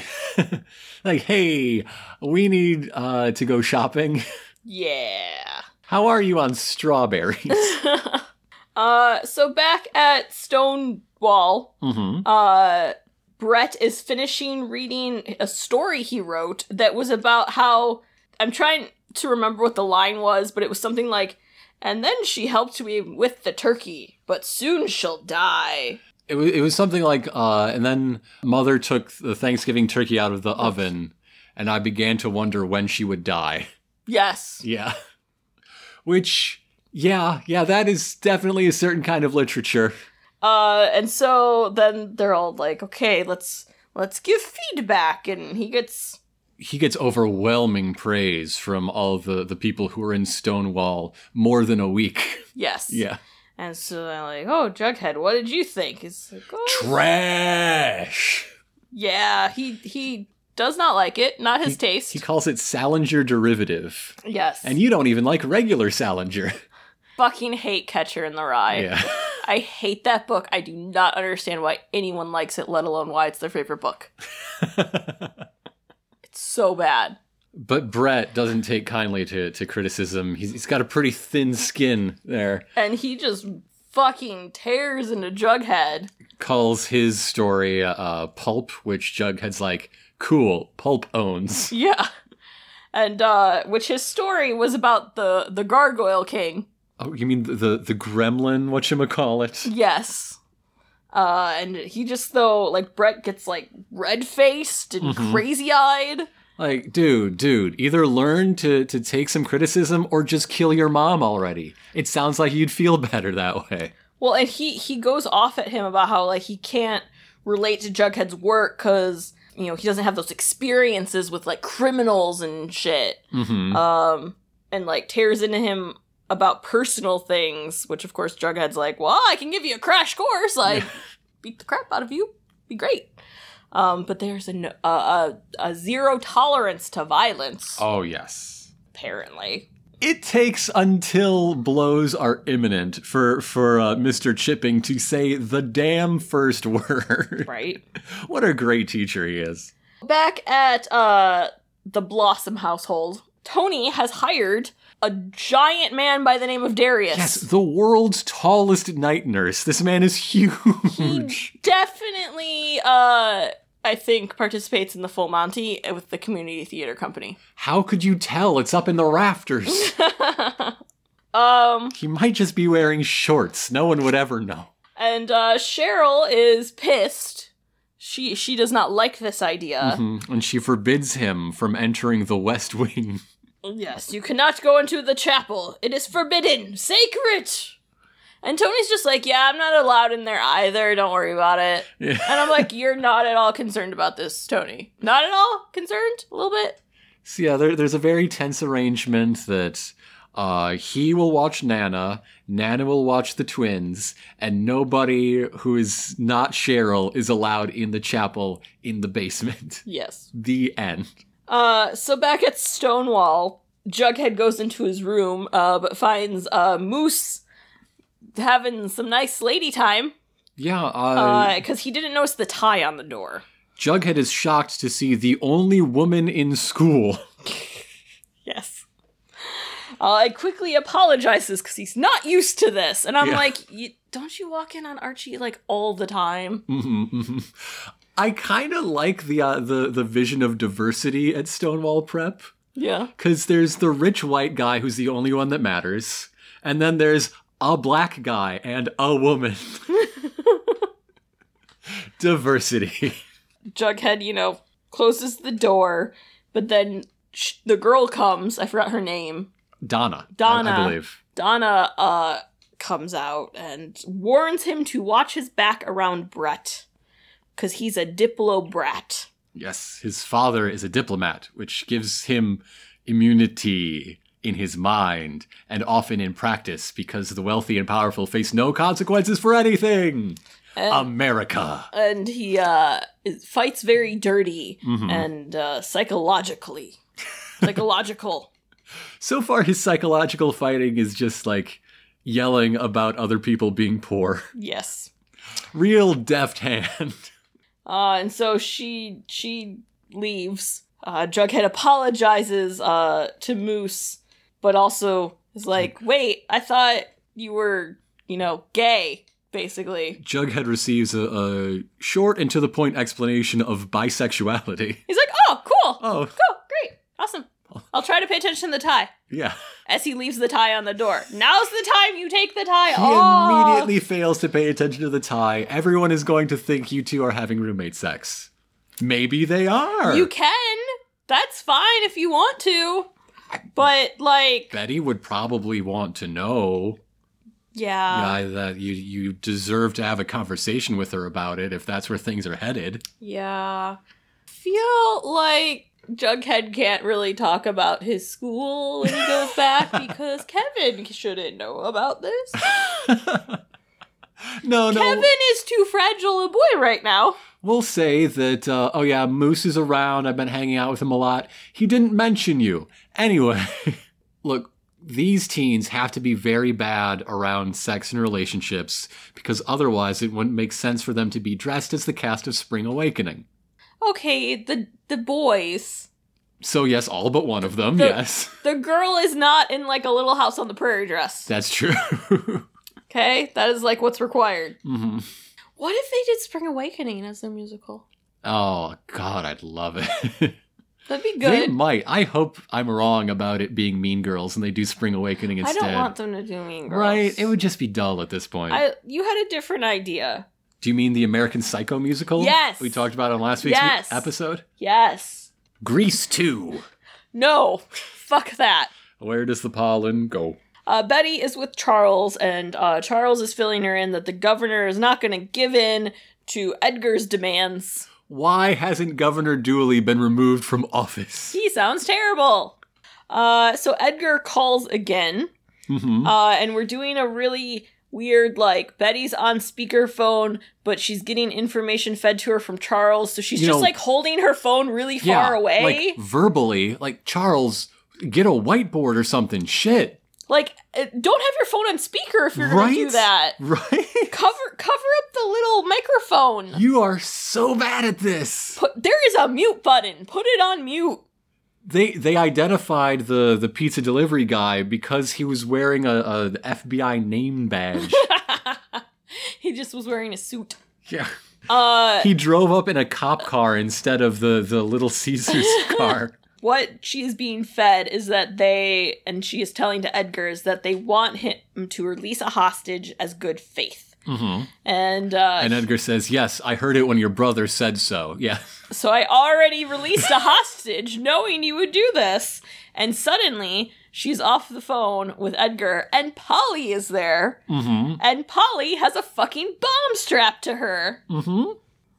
Speaker 3: Like, hey, we need uh, to go shopping.
Speaker 2: Yeah.
Speaker 3: How are you on strawberries?
Speaker 2: uh so back at Stonewall,
Speaker 3: mm-hmm.
Speaker 2: uh Brett is finishing reading a story he wrote that was about how I'm trying to remember what the line was, but it was something like and then she helped me with the turkey, but soon she'll die.
Speaker 3: It was it was something like, uh, and then mother took the Thanksgiving turkey out of the oven, and I began to wonder when she would die.
Speaker 2: Yes.
Speaker 3: Yeah, which yeah yeah that is definitely a certain kind of literature.
Speaker 2: Uh, and so then they're all like, okay, let's let's give feedback, and he gets
Speaker 3: he gets overwhelming praise from all of the, the people who are in Stonewall more than a week.
Speaker 2: Yes.
Speaker 3: Yeah.
Speaker 2: And so I'm like, oh, Jughead, what did you think? He's like, oh,
Speaker 3: Trash.
Speaker 2: yeah, he he does not like it, not his taste.
Speaker 3: He calls it Salinger derivative.
Speaker 2: yes.
Speaker 3: And you don't even like regular Salinger.
Speaker 2: fucking hate Catcher in the Rye.
Speaker 3: Yeah.
Speaker 2: I hate that book. I do not understand why anyone likes it, let alone why it's their favorite book. it's so bad.
Speaker 3: But Brett doesn't take kindly to, to criticism. He's, he's got a pretty thin skin there.
Speaker 2: And he just fucking tears into Jughead.
Speaker 3: Calls his story uh, pulp, which Jughead's like, cool, pulp owns.
Speaker 2: Yeah. And uh which his story was about the the Gargoyle King.
Speaker 3: Oh, you mean the the, the gremlin? Whatchamacallit?
Speaker 2: Yes. Uh, and he just though like Brett gets like red faced and crazy eyed.
Speaker 3: Like, dude, dude, either learn to, to take some criticism or just kill your mom already. It sounds like you'd feel better that way.
Speaker 2: Well, and he he goes off at him about how like he can't relate to Jughead's work because you know he doesn't have those experiences with like criminals and shit.
Speaker 3: hmm
Speaker 2: Um, and like tears into him about personal things, which of course Jughead's like, well, I can give you a crash course, like beat the crap out of you, be great. Um, but there's a, no, uh, a a zero tolerance to violence.
Speaker 3: oh, yes.
Speaker 2: apparently.
Speaker 3: It takes until blows are imminent for, for uh, Mr. Chipping to say the damn first word.
Speaker 2: Right.
Speaker 3: what a great teacher he is.
Speaker 2: Back at uh the Blossom household, Tony has hired a giant man by the name of Darius.
Speaker 3: Yes, the world's tallest night nurse. This man is huge.
Speaker 2: He definitely uh I think participates in the Full Monty with the community theater company.
Speaker 3: How could you tell? It's up in the rafters.
Speaker 2: Um
Speaker 3: he might just be wearing shorts. No one would ever know.
Speaker 2: and uh Cheryl is pissed. She she does not like this idea.
Speaker 3: Mhm. And she forbids him from entering the West Wing. Mm-hmm.
Speaker 2: Yes, you cannot go into the chapel. It is forbidden, sacred. And Tony's just like, yeah, I'm not allowed in there either. Don't worry about it.
Speaker 3: Yeah.
Speaker 2: And I'm like, you're not at all concerned about this, Tony. Not at all concerned? A little bit?
Speaker 3: So yeah, there, there's a very tense arrangement that uh, he will watch Nana, Nana will watch the twins, and nobody who is not Cheryl is allowed in the chapel in the basement.
Speaker 2: Yes.
Speaker 3: The end.
Speaker 2: Uh, so back at Stonewall, Jughead goes into his room, uh, but finds uh, Moose having some nice lady time
Speaker 3: Yeah, uh,
Speaker 2: because he didn't notice the tie on the door.
Speaker 3: Jughead is shocked to see the only woman in school.
Speaker 2: Yes. Uh, I quickly apologizes because he's not used to this, and I'm
Speaker 3: Yeah.
Speaker 2: like, you, don't you walk in on Archie like all the time?
Speaker 3: Mhm, mhm. I kind of like the uh, the the vision of diversity at Stonewall Prep.
Speaker 2: Yeah.
Speaker 3: Because there's the rich white guy who's the only one that matters, and then there's a black guy and a woman. Diversity.
Speaker 2: Jughead, you know, closes the door, but then sh- the girl comes. I forgot her name.
Speaker 3: Donna. I-
Speaker 2: Donna.
Speaker 3: I, believe.
Speaker 2: Donna uh comes out and warns him to watch his back around Brett because he's a diplo brat.
Speaker 3: Yes, his father is a diplomat, which gives him immunity in his mind and often in practice because the wealthy and powerful face no consequences for anything. Um, America.
Speaker 2: and he uh is- fights very dirty
Speaker 3: Mhm.
Speaker 2: and uh psychologically psychological
Speaker 3: So far, his psychological fighting is just like yelling about other people being poor.
Speaker 2: yes
Speaker 3: Real deft hand.
Speaker 2: uh and so she she leaves uh jughead apologizes uh to moose but also is like wait i thought you were you know gay basically
Speaker 3: Jughead receives a, a short and to the point explanation of bisexuality.
Speaker 2: he's like oh cool
Speaker 3: Oh,
Speaker 2: cool great awesome i'll try to pay attention to the tie
Speaker 3: yeah.
Speaker 2: as he leaves the tie on the door now's the time you take the tie
Speaker 3: He
Speaker 2: off
Speaker 3: immediately fails to pay attention to the tie. Everyone is going to think you two are having roommate sex. Maybe they are.
Speaker 2: You can. That's fine if you want to. But like,
Speaker 3: Betty would probably want to know
Speaker 2: yeah,
Speaker 3: yeah, that you you deserve to have a conversation with her about it if that's where things are headed.
Speaker 2: yeah. Feel like Jughead can't really talk about his school when he goes back because Kevin shouldn't know about this.
Speaker 3: No, no.
Speaker 2: Kevin is too fragile a boy right now.
Speaker 3: We'll say that, uh, oh yeah, Moose is around. I've been hanging out with him a lot. He didn't mention you. Anyway, look, these teens have to be very bad around sex and relationships because otherwise it wouldn't make sense for them to be dressed as the cast of Spring Awakening.
Speaker 2: Okay, the the boys.
Speaker 3: So, yes, all but one of them,
Speaker 2: The-
Speaker 3: yes.
Speaker 2: The girl is not in like a little house on the prairie dress.
Speaker 3: That's true.
Speaker 2: Okay? That is like what's required.
Speaker 3: hmm
Speaker 2: What if they did Spring Awakening as a musical?
Speaker 3: Oh, God, I'd love it.
Speaker 2: That'd be
Speaker 3: They
Speaker 2: good.
Speaker 3: might. I hope I'm wrong about it being Mean Girls and they do Spring Awakening
Speaker 2: I
Speaker 3: instead.
Speaker 2: don't want them to do Mean Girls.
Speaker 3: Right? It would just be dull at this point.
Speaker 2: I you had a different idea.
Speaker 3: Do you mean the American Psycho musical?
Speaker 2: Yes.
Speaker 3: We talked about on last week's
Speaker 2: Yes.
Speaker 3: episode?
Speaker 2: Yes.
Speaker 3: Grease 2.
Speaker 2: No. Fuck that.
Speaker 3: Where does the pollen go?
Speaker 2: Uh, Betty is with Charles, and uh, Charles is filling her in that the governor is not going to give in to Edgar's demands.
Speaker 3: Why hasn't Governor Dooley been removed from office?
Speaker 2: He sounds terrible. Uh, so Edgar calls again,
Speaker 3: hmm
Speaker 2: uh, and we're doing a really weird like Betty's on speakerphone, but she's getting information fed to her from Charles, so she's
Speaker 3: You
Speaker 2: just
Speaker 3: know-
Speaker 2: like holding her phone really
Speaker 3: yeah,
Speaker 2: far away.
Speaker 3: Like verbally, like Charles, get a whiteboard or something. Shit.
Speaker 2: Like, uh, don't have your phone on speaker if you're going
Speaker 3: right?
Speaker 2: to do that.
Speaker 3: Right?
Speaker 2: Cover cover up the little microphone.
Speaker 3: You are so bad at this.
Speaker 2: Put there is a mute button. Put it on mute.
Speaker 3: They they identified the the pizza delivery guy because he was wearing a, a FBI name badge.
Speaker 2: he just was wearing a suit.
Speaker 3: yeah.
Speaker 2: Uh
Speaker 3: he drove up in a cop car instead of the the little Caesar's car.
Speaker 2: what she is being fed is that they and she is telling to Edgar is that they want him to release a hostage as good faith.
Speaker 3: Mm-hmm.
Speaker 2: And uh
Speaker 3: And Edgar says, "Yes, I heard it when your brother said so." Yeah,
Speaker 2: So I already released a hostage knowing you would do this. And suddenly she's off the phone with Edgar, and Polly is there.
Speaker 3: mm-hmm.
Speaker 2: And Polly has a fucking bomb strapped to her.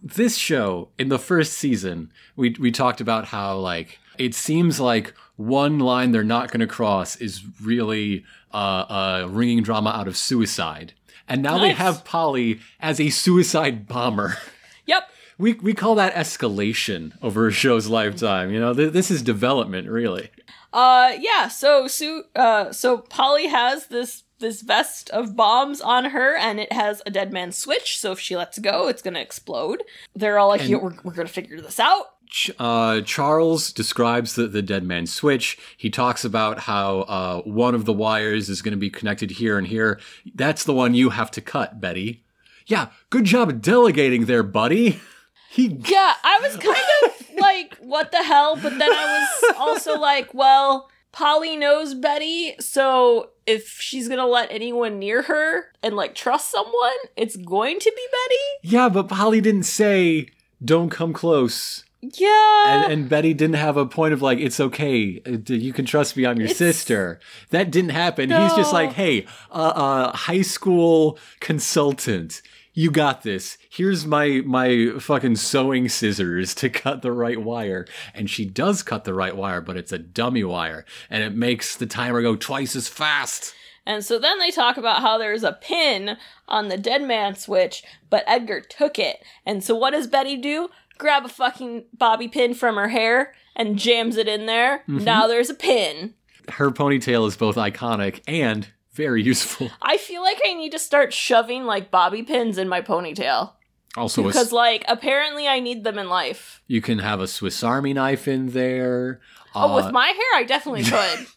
Speaker 3: this show in the first season, we we talked about how like it seems like one line they're not going to cross is really uh, uh, wringing drama out of suicide, and now they
Speaker 2: Nice.
Speaker 3: have Polly as a suicide bomber.
Speaker 2: Yep.
Speaker 3: We, we call that escalation over a show's lifetime. You know, Th- this is development, really.
Speaker 2: Uh yeah, so Sue uh so Polly has this this vest of bombs on her and it has a dead man switch, so if she lets go, it's gonna explode. They're all like,
Speaker 3: And-
Speaker 2: yeah, we're, we're gonna figure this out.
Speaker 3: Ch- uh, Charles describes the, the dead man's switch. He talks about how uh, one of the wires is going to be connected here and here. That's the one you have to cut, Betty. Yeah, good job delegating there, buddy. He
Speaker 2: Yeah, I was kind of like, what the hell? But then I was also like, well, Polly knows Betty, so if she's gonna let anyone near her and like trust someone, it's going to be
Speaker 3: yeah, but Polly didn't say don't come close,
Speaker 2: Betty. Yeah.
Speaker 3: and, and Betty didn't have a point of like it's okay, uh, d- you can trust me. I'm your
Speaker 2: It's-
Speaker 3: sister. That didn't happen. He's just
Speaker 2: No.
Speaker 3: like, hey, uh, uh, high school consultant, you got this. Here's my my fucking sewing scissors to cut the right wire. And she does cut the right wire, but it's a dummy wire, and it makes the timer go twice as fast.
Speaker 2: and so then they talk about how there's a pin on the dead man switch, but Edgar took it. And so what does Betty do? Grab a fucking bobby pin from her hair and jams it in there. Now there's a pin.
Speaker 3: Her ponytail is both iconic and very useful.
Speaker 2: I feel like I need to start shoving like bobby pins in my ponytail.
Speaker 3: Also, a,
Speaker 2: Because
Speaker 3: s-
Speaker 2: like apparently I need them in life.
Speaker 3: you can have a Swiss Army knife in there.
Speaker 2: oh,
Speaker 3: Uh,
Speaker 2: with my hair I definitely could.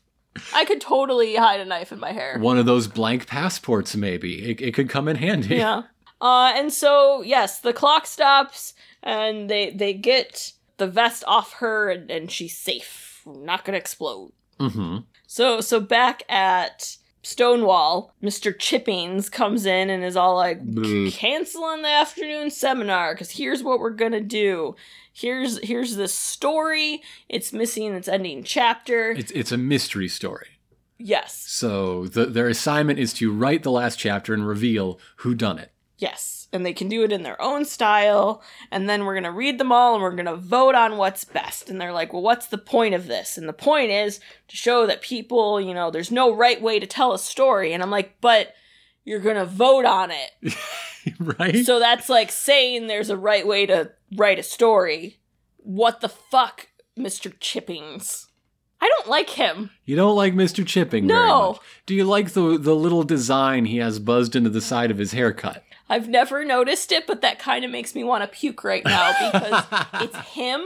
Speaker 2: I could totally hide a knife in my hair.
Speaker 3: one of those blank passports, maybe. It, it could come in handy.
Speaker 2: Yeah. Uh and so yes, the clock stops and they they get the vest off her and, and she's safe. Not gonna explode.
Speaker 3: hmm
Speaker 2: So so back at Stonewall, Mr. Chippings comes in and is all like
Speaker 3: Bleh.
Speaker 2: canceling the afternoon seminar cuz here's what we're going to do. Here's here's this story. It's missing its ending chapter.
Speaker 3: It's, it's a mystery story.
Speaker 2: yes.
Speaker 3: So the, their assignment is to write the last chapter and reveal who done it.
Speaker 2: Yes, and they can do it in their own style, and then we're gonna read them all and we're gonna vote on what's best. And they're like, well, what's the point of this? And the point is to show that people, you know, there's no right way to tell a story. And I'm like, but you're gonna vote on it.
Speaker 3: right?
Speaker 2: So that's like saying there's a right way to write a story. What the fuck, Mr. Chippings? I don't like him.
Speaker 3: you don't like Mr. Chipping very
Speaker 2: No.
Speaker 3: much. Do you like the the little design he has buzzed into the side of his haircut?
Speaker 2: I've never noticed it, but that kind of makes me want to puke right now because it's him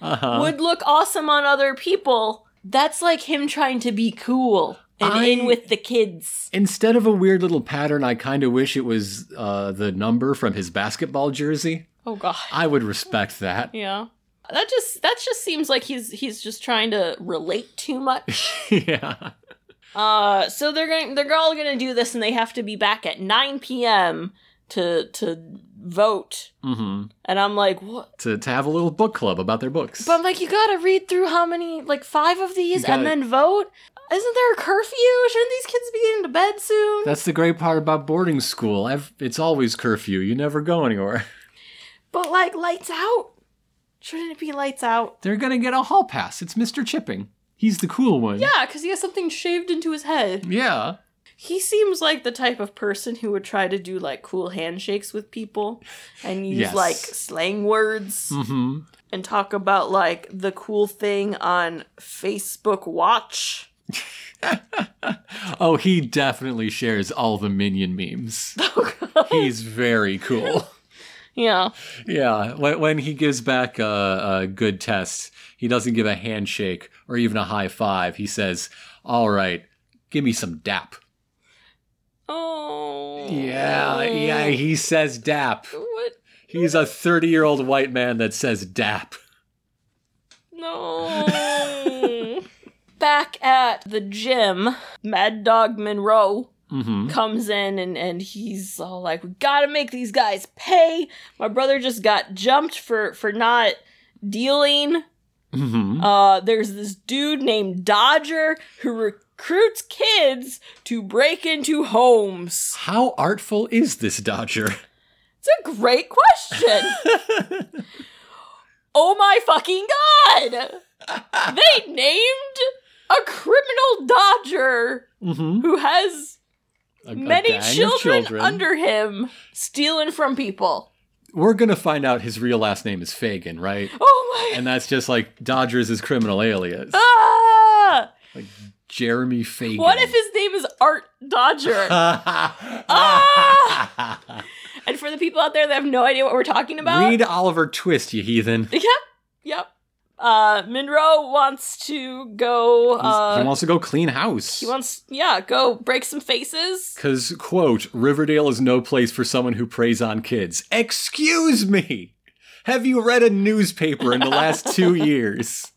Speaker 3: Uh-huh.
Speaker 2: would look awesome on other people. That's like him trying to be cool and
Speaker 3: I-
Speaker 2: in with the kids.
Speaker 3: Instead of a weird little pattern, I kind of wish it was uh, the number from his basketball jersey.
Speaker 2: Oh god.
Speaker 3: I would respect that.
Speaker 2: Yeah. That just that just seems like he's he's just trying to relate too much.
Speaker 3: yeah.
Speaker 2: uh so they're going they're all going to do this and they have to be back at 9 p.m. to to vote.
Speaker 3: hmm
Speaker 2: And I'm like, "What?"
Speaker 3: To, to have a little book club about their books.
Speaker 2: But I'm like, "You got to read through how many like 5 of these
Speaker 3: gotta-
Speaker 2: and then vote? Isn't there a curfew? Shouldn't these kids be getting to bed soon?"
Speaker 3: That's the great part about boarding school. I've, it's always curfew. You never go anywhere.
Speaker 2: But like lights out. Shouldn't it be lights out?
Speaker 3: They're going to get a hall pass. It's Mr. Chipping. He's the cool one.
Speaker 2: Yeah, because he has something shaved into his head.
Speaker 3: Yeah.
Speaker 2: He seems like the type of person who would try to do like cool handshakes with people and use
Speaker 3: Yes.
Speaker 2: like slang words
Speaker 3: hmm
Speaker 2: and talk about like the cool thing on Facebook Watch.
Speaker 3: Oh, he definitely shares all the minion memes. He's very cool.
Speaker 2: Yeah.
Speaker 3: Yeah, when, when he gives back a, a good test, he doesn't give a handshake or even a high five. He says, "All right, give me some dap."
Speaker 2: Oh.
Speaker 3: Yeah, yeah, he says dap.
Speaker 2: What?
Speaker 3: He's a thirty-year-old white man that says dap.
Speaker 2: No. Back at the gym, Mad Dog Monroe
Speaker 3: Mm-hmm.
Speaker 2: comes in and, and he's all like, We gotta make these guys pay. My brother just got jumped for for not dealing.
Speaker 3: Mm-hmm.
Speaker 2: Uh there's this dude named Dodger who recruits kids to break into homes.
Speaker 3: How artful is this Dodger?
Speaker 2: It's a great question. oh my fucking god! They named a criminal Dodger
Speaker 3: Mm-hmm.
Speaker 2: who has many children, under him stealing from people.
Speaker 3: We're gonna find out his real last name is Fagin, right?
Speaker 2: Oh my
Speaker 3: And that's just like Dodger's his criminal alias,
Speaker 2: Ah!
Speaker 3: Jeremy Fagin.
Speaker 2: Uh, What if his name is Art Dodger?
Speaker 3: ah!
Speaker 2: and for the people out there that have no idea what we're talking about,
Speaker 3: Read Oliver Twist, you heathen.
Speaker 2: yep, yep. Uh, Monroe wants to go.
Speaker 3: he
Speaker 2: Uh,
Speaker 3: wants to go clean house.
Speaker 2: he wants, yeah, go break some faces.
Speaker 3: Because, quote, Riverdale is no place for someone who preys on kids. Excuse me! Have you read a newspaper in the last two years?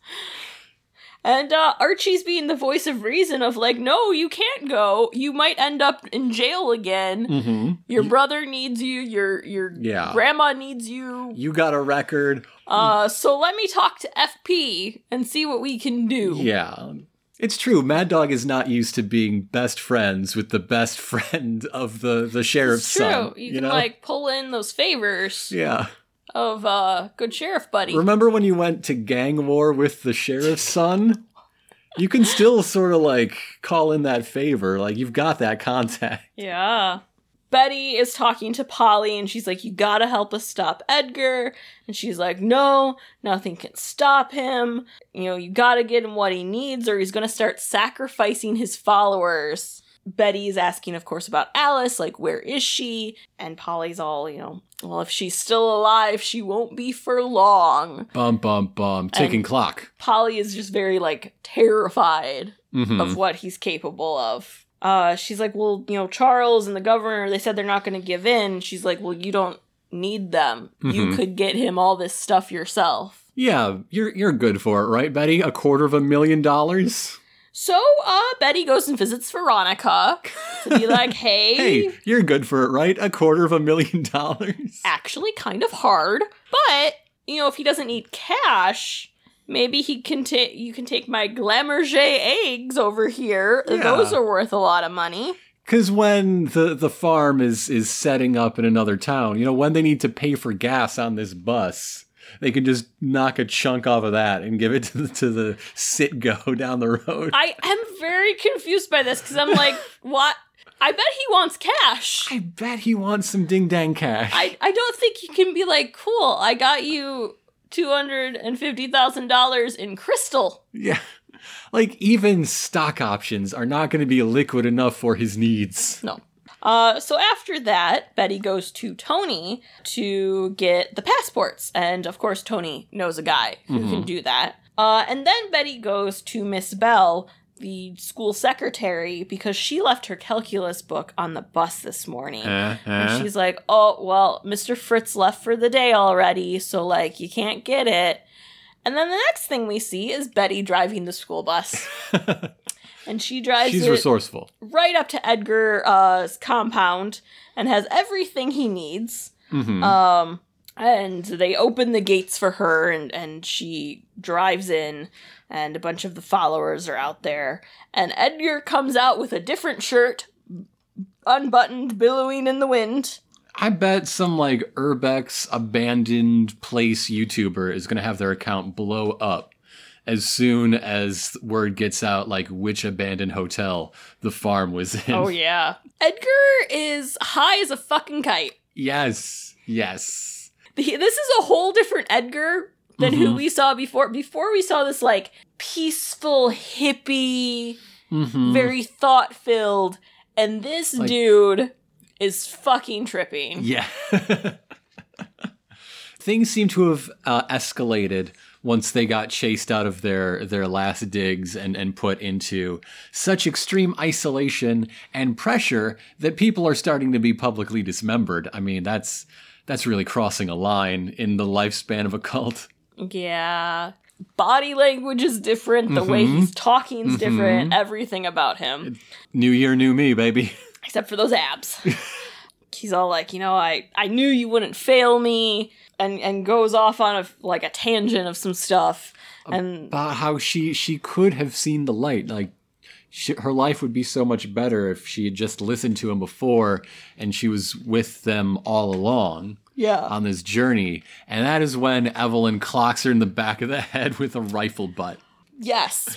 Speaker 2: And uh, Archie's being the voice of reason of like, no, you can't go. You might end up in jail again.
Speaker 3: Mm-hmm.
Speaker 2: Your brother needs you. Your your
Speaker 3: Yeah.
Speaker 2: grandma needs you.
Speaker 3: You got a record.
Speaker 2: Uh, so let me talk to FP and see what we can do.
Speaker 3: Yeah. It's true. Mad Dog is not used to being best friends with the best friend of the, the sheriff's
Speaker 2: it's true.
Speaker 3: son.
Speaker 2: you, can
Speaker 3: know?
Speaker 2: like pull in those favors
Speaker 3: Yeah.
Speaker 2: of uh, good sheriff buddy.
Speaker 3: Remember when you went to gang war with the sheriff's son? You can still sort of like call in that favor. Like you've got that contact.
Speaker 2: yeah. Betty is talking to Polly and she's like, "You gotta help us stop Edgar." And she's like, "No, nothing can stop him. You know, you gotta get him what he needs, or he's gonna start sacrificing his followers." Betty is asking, of course, about Alice, like, where is she? And Polly's all, you know, well, if she's still alive, she won't be for long.
Speaker 3: Bum bum bum. Ticking
Speaker 2: And-
Speaker 3: clock.
Speaker 2: Polly is just very, like, terrified
Speaker 3: hmm
Speaker 2: of what he's capable of. Uh, she's like, well, you know, Charles and the governor, they said they're not going to give in. She's like, well, you don't need them. You
Speaker 3: Mhm.
Speaker 2: could get him all this stuff yourself.
Speaker 3: yeah, you're you're good for it, right, Betty? A quarter of a million dollars.
Speaker 2: So uh, Betty goes and visits Veronica to be like, hey,
Speaker 3: Hey, you're good for it, right? A quarter of a million dollars.
Speaker 2: actually kind of hard, but you know, if he doesn't eat cash, maybe he can take you can take my Glamourger eggs over here.
Speaker 3: Yeah.
Speaker 2: Those are worth a lot of money.
Speaker 3: Because when the, the farm is is setting up in another town, you know, when they need to pay for gas on this bus, they can just knock a chunk off of that and give it to the, to the sit go down the road.
Speaker 2: I am very confused by this because I'm like, what? I bet he wants cash.
Speaker 3: I bet he wants some ding dang cash.
Speaker 2: I, I don't think he can be like, cool, I got you $250,000 in crystal.
Speaker 3: yeah. Like even stock options are not going to be liquid enough for his needs.
Speaker 2: No. Uh, so after that, Betty goes to Tony to get the passports. And of course, Tony knows a guy who can do that. Uh, and then Betty goes to Miss Bell, the school secretary, because she left her calculus book on the bus this morning.
Speaker 3: Oh. Uh-huh.
Speaker 2: And she's like, oh, well, Mr. Fritz left for the day already, so like, you can't get it. And then the next thing we see is Betty driving the school bus. and she drives
Speaker 3: She's
Speaker 2: it
Speaker 3: resourceful.
Speaker 2: right up to Edgar's uh, 's compound and has everything he needs.
Speaker 3: Mm-hmm.
Speaker 2: Um, and they open the gates for her, and, and she drives in, and a bunch of the followers are out there. And Edgar comes out with a different shirt, unbuttoned, billowing in the wind.
Speaker 3: I bet some like Urbex abandoned place YouTuber is going to have their account blow up as soon as word gets out, like which abandoned hotel the farm was in.
Speaker 2: Oh, yeah. Edgar is high as a fucking kite.
Speaker 3: Yes, yes.
Speaker 2: The- this is a whole different Edgar than who we saw before. Before we saw this like peaceful hippie,
Speaker 3: Mhm.
Speaker 2: very thought filled, and this
Speaker 3: Like-
Speaker 2: dude is fucking tripping.
Speaker 3: Yeah. Things seem to have uh, escalated once they got chased out of their their last digs and and put into such extreme isolation and pressure that people are starting to be publicly dismembered. I mean, that's that's really crossing a line in the lifespan of a cult.
Speaker 2: Yeah. Body language is different. The way
Speaker 3: Mhm.
Speaker 2: he's talking is different. Everything about him,
Speaker 3: New year, new me, baby.
Speaker 2: except for those abs. he's all like, you know, I I knew you wouldn't fail me, and and goes off on a like a tangent of some stuff. And
Speaker 3: About how she she could have seen the light, like. She, her life would be so much better if she had just listened to him before and she was with them all along.
Speaker 2: yeah,
Speaker 3: on this journey, and that is when Evelyn clocks her in the back of the head with a rifle butt.
Speaker 2: Yes.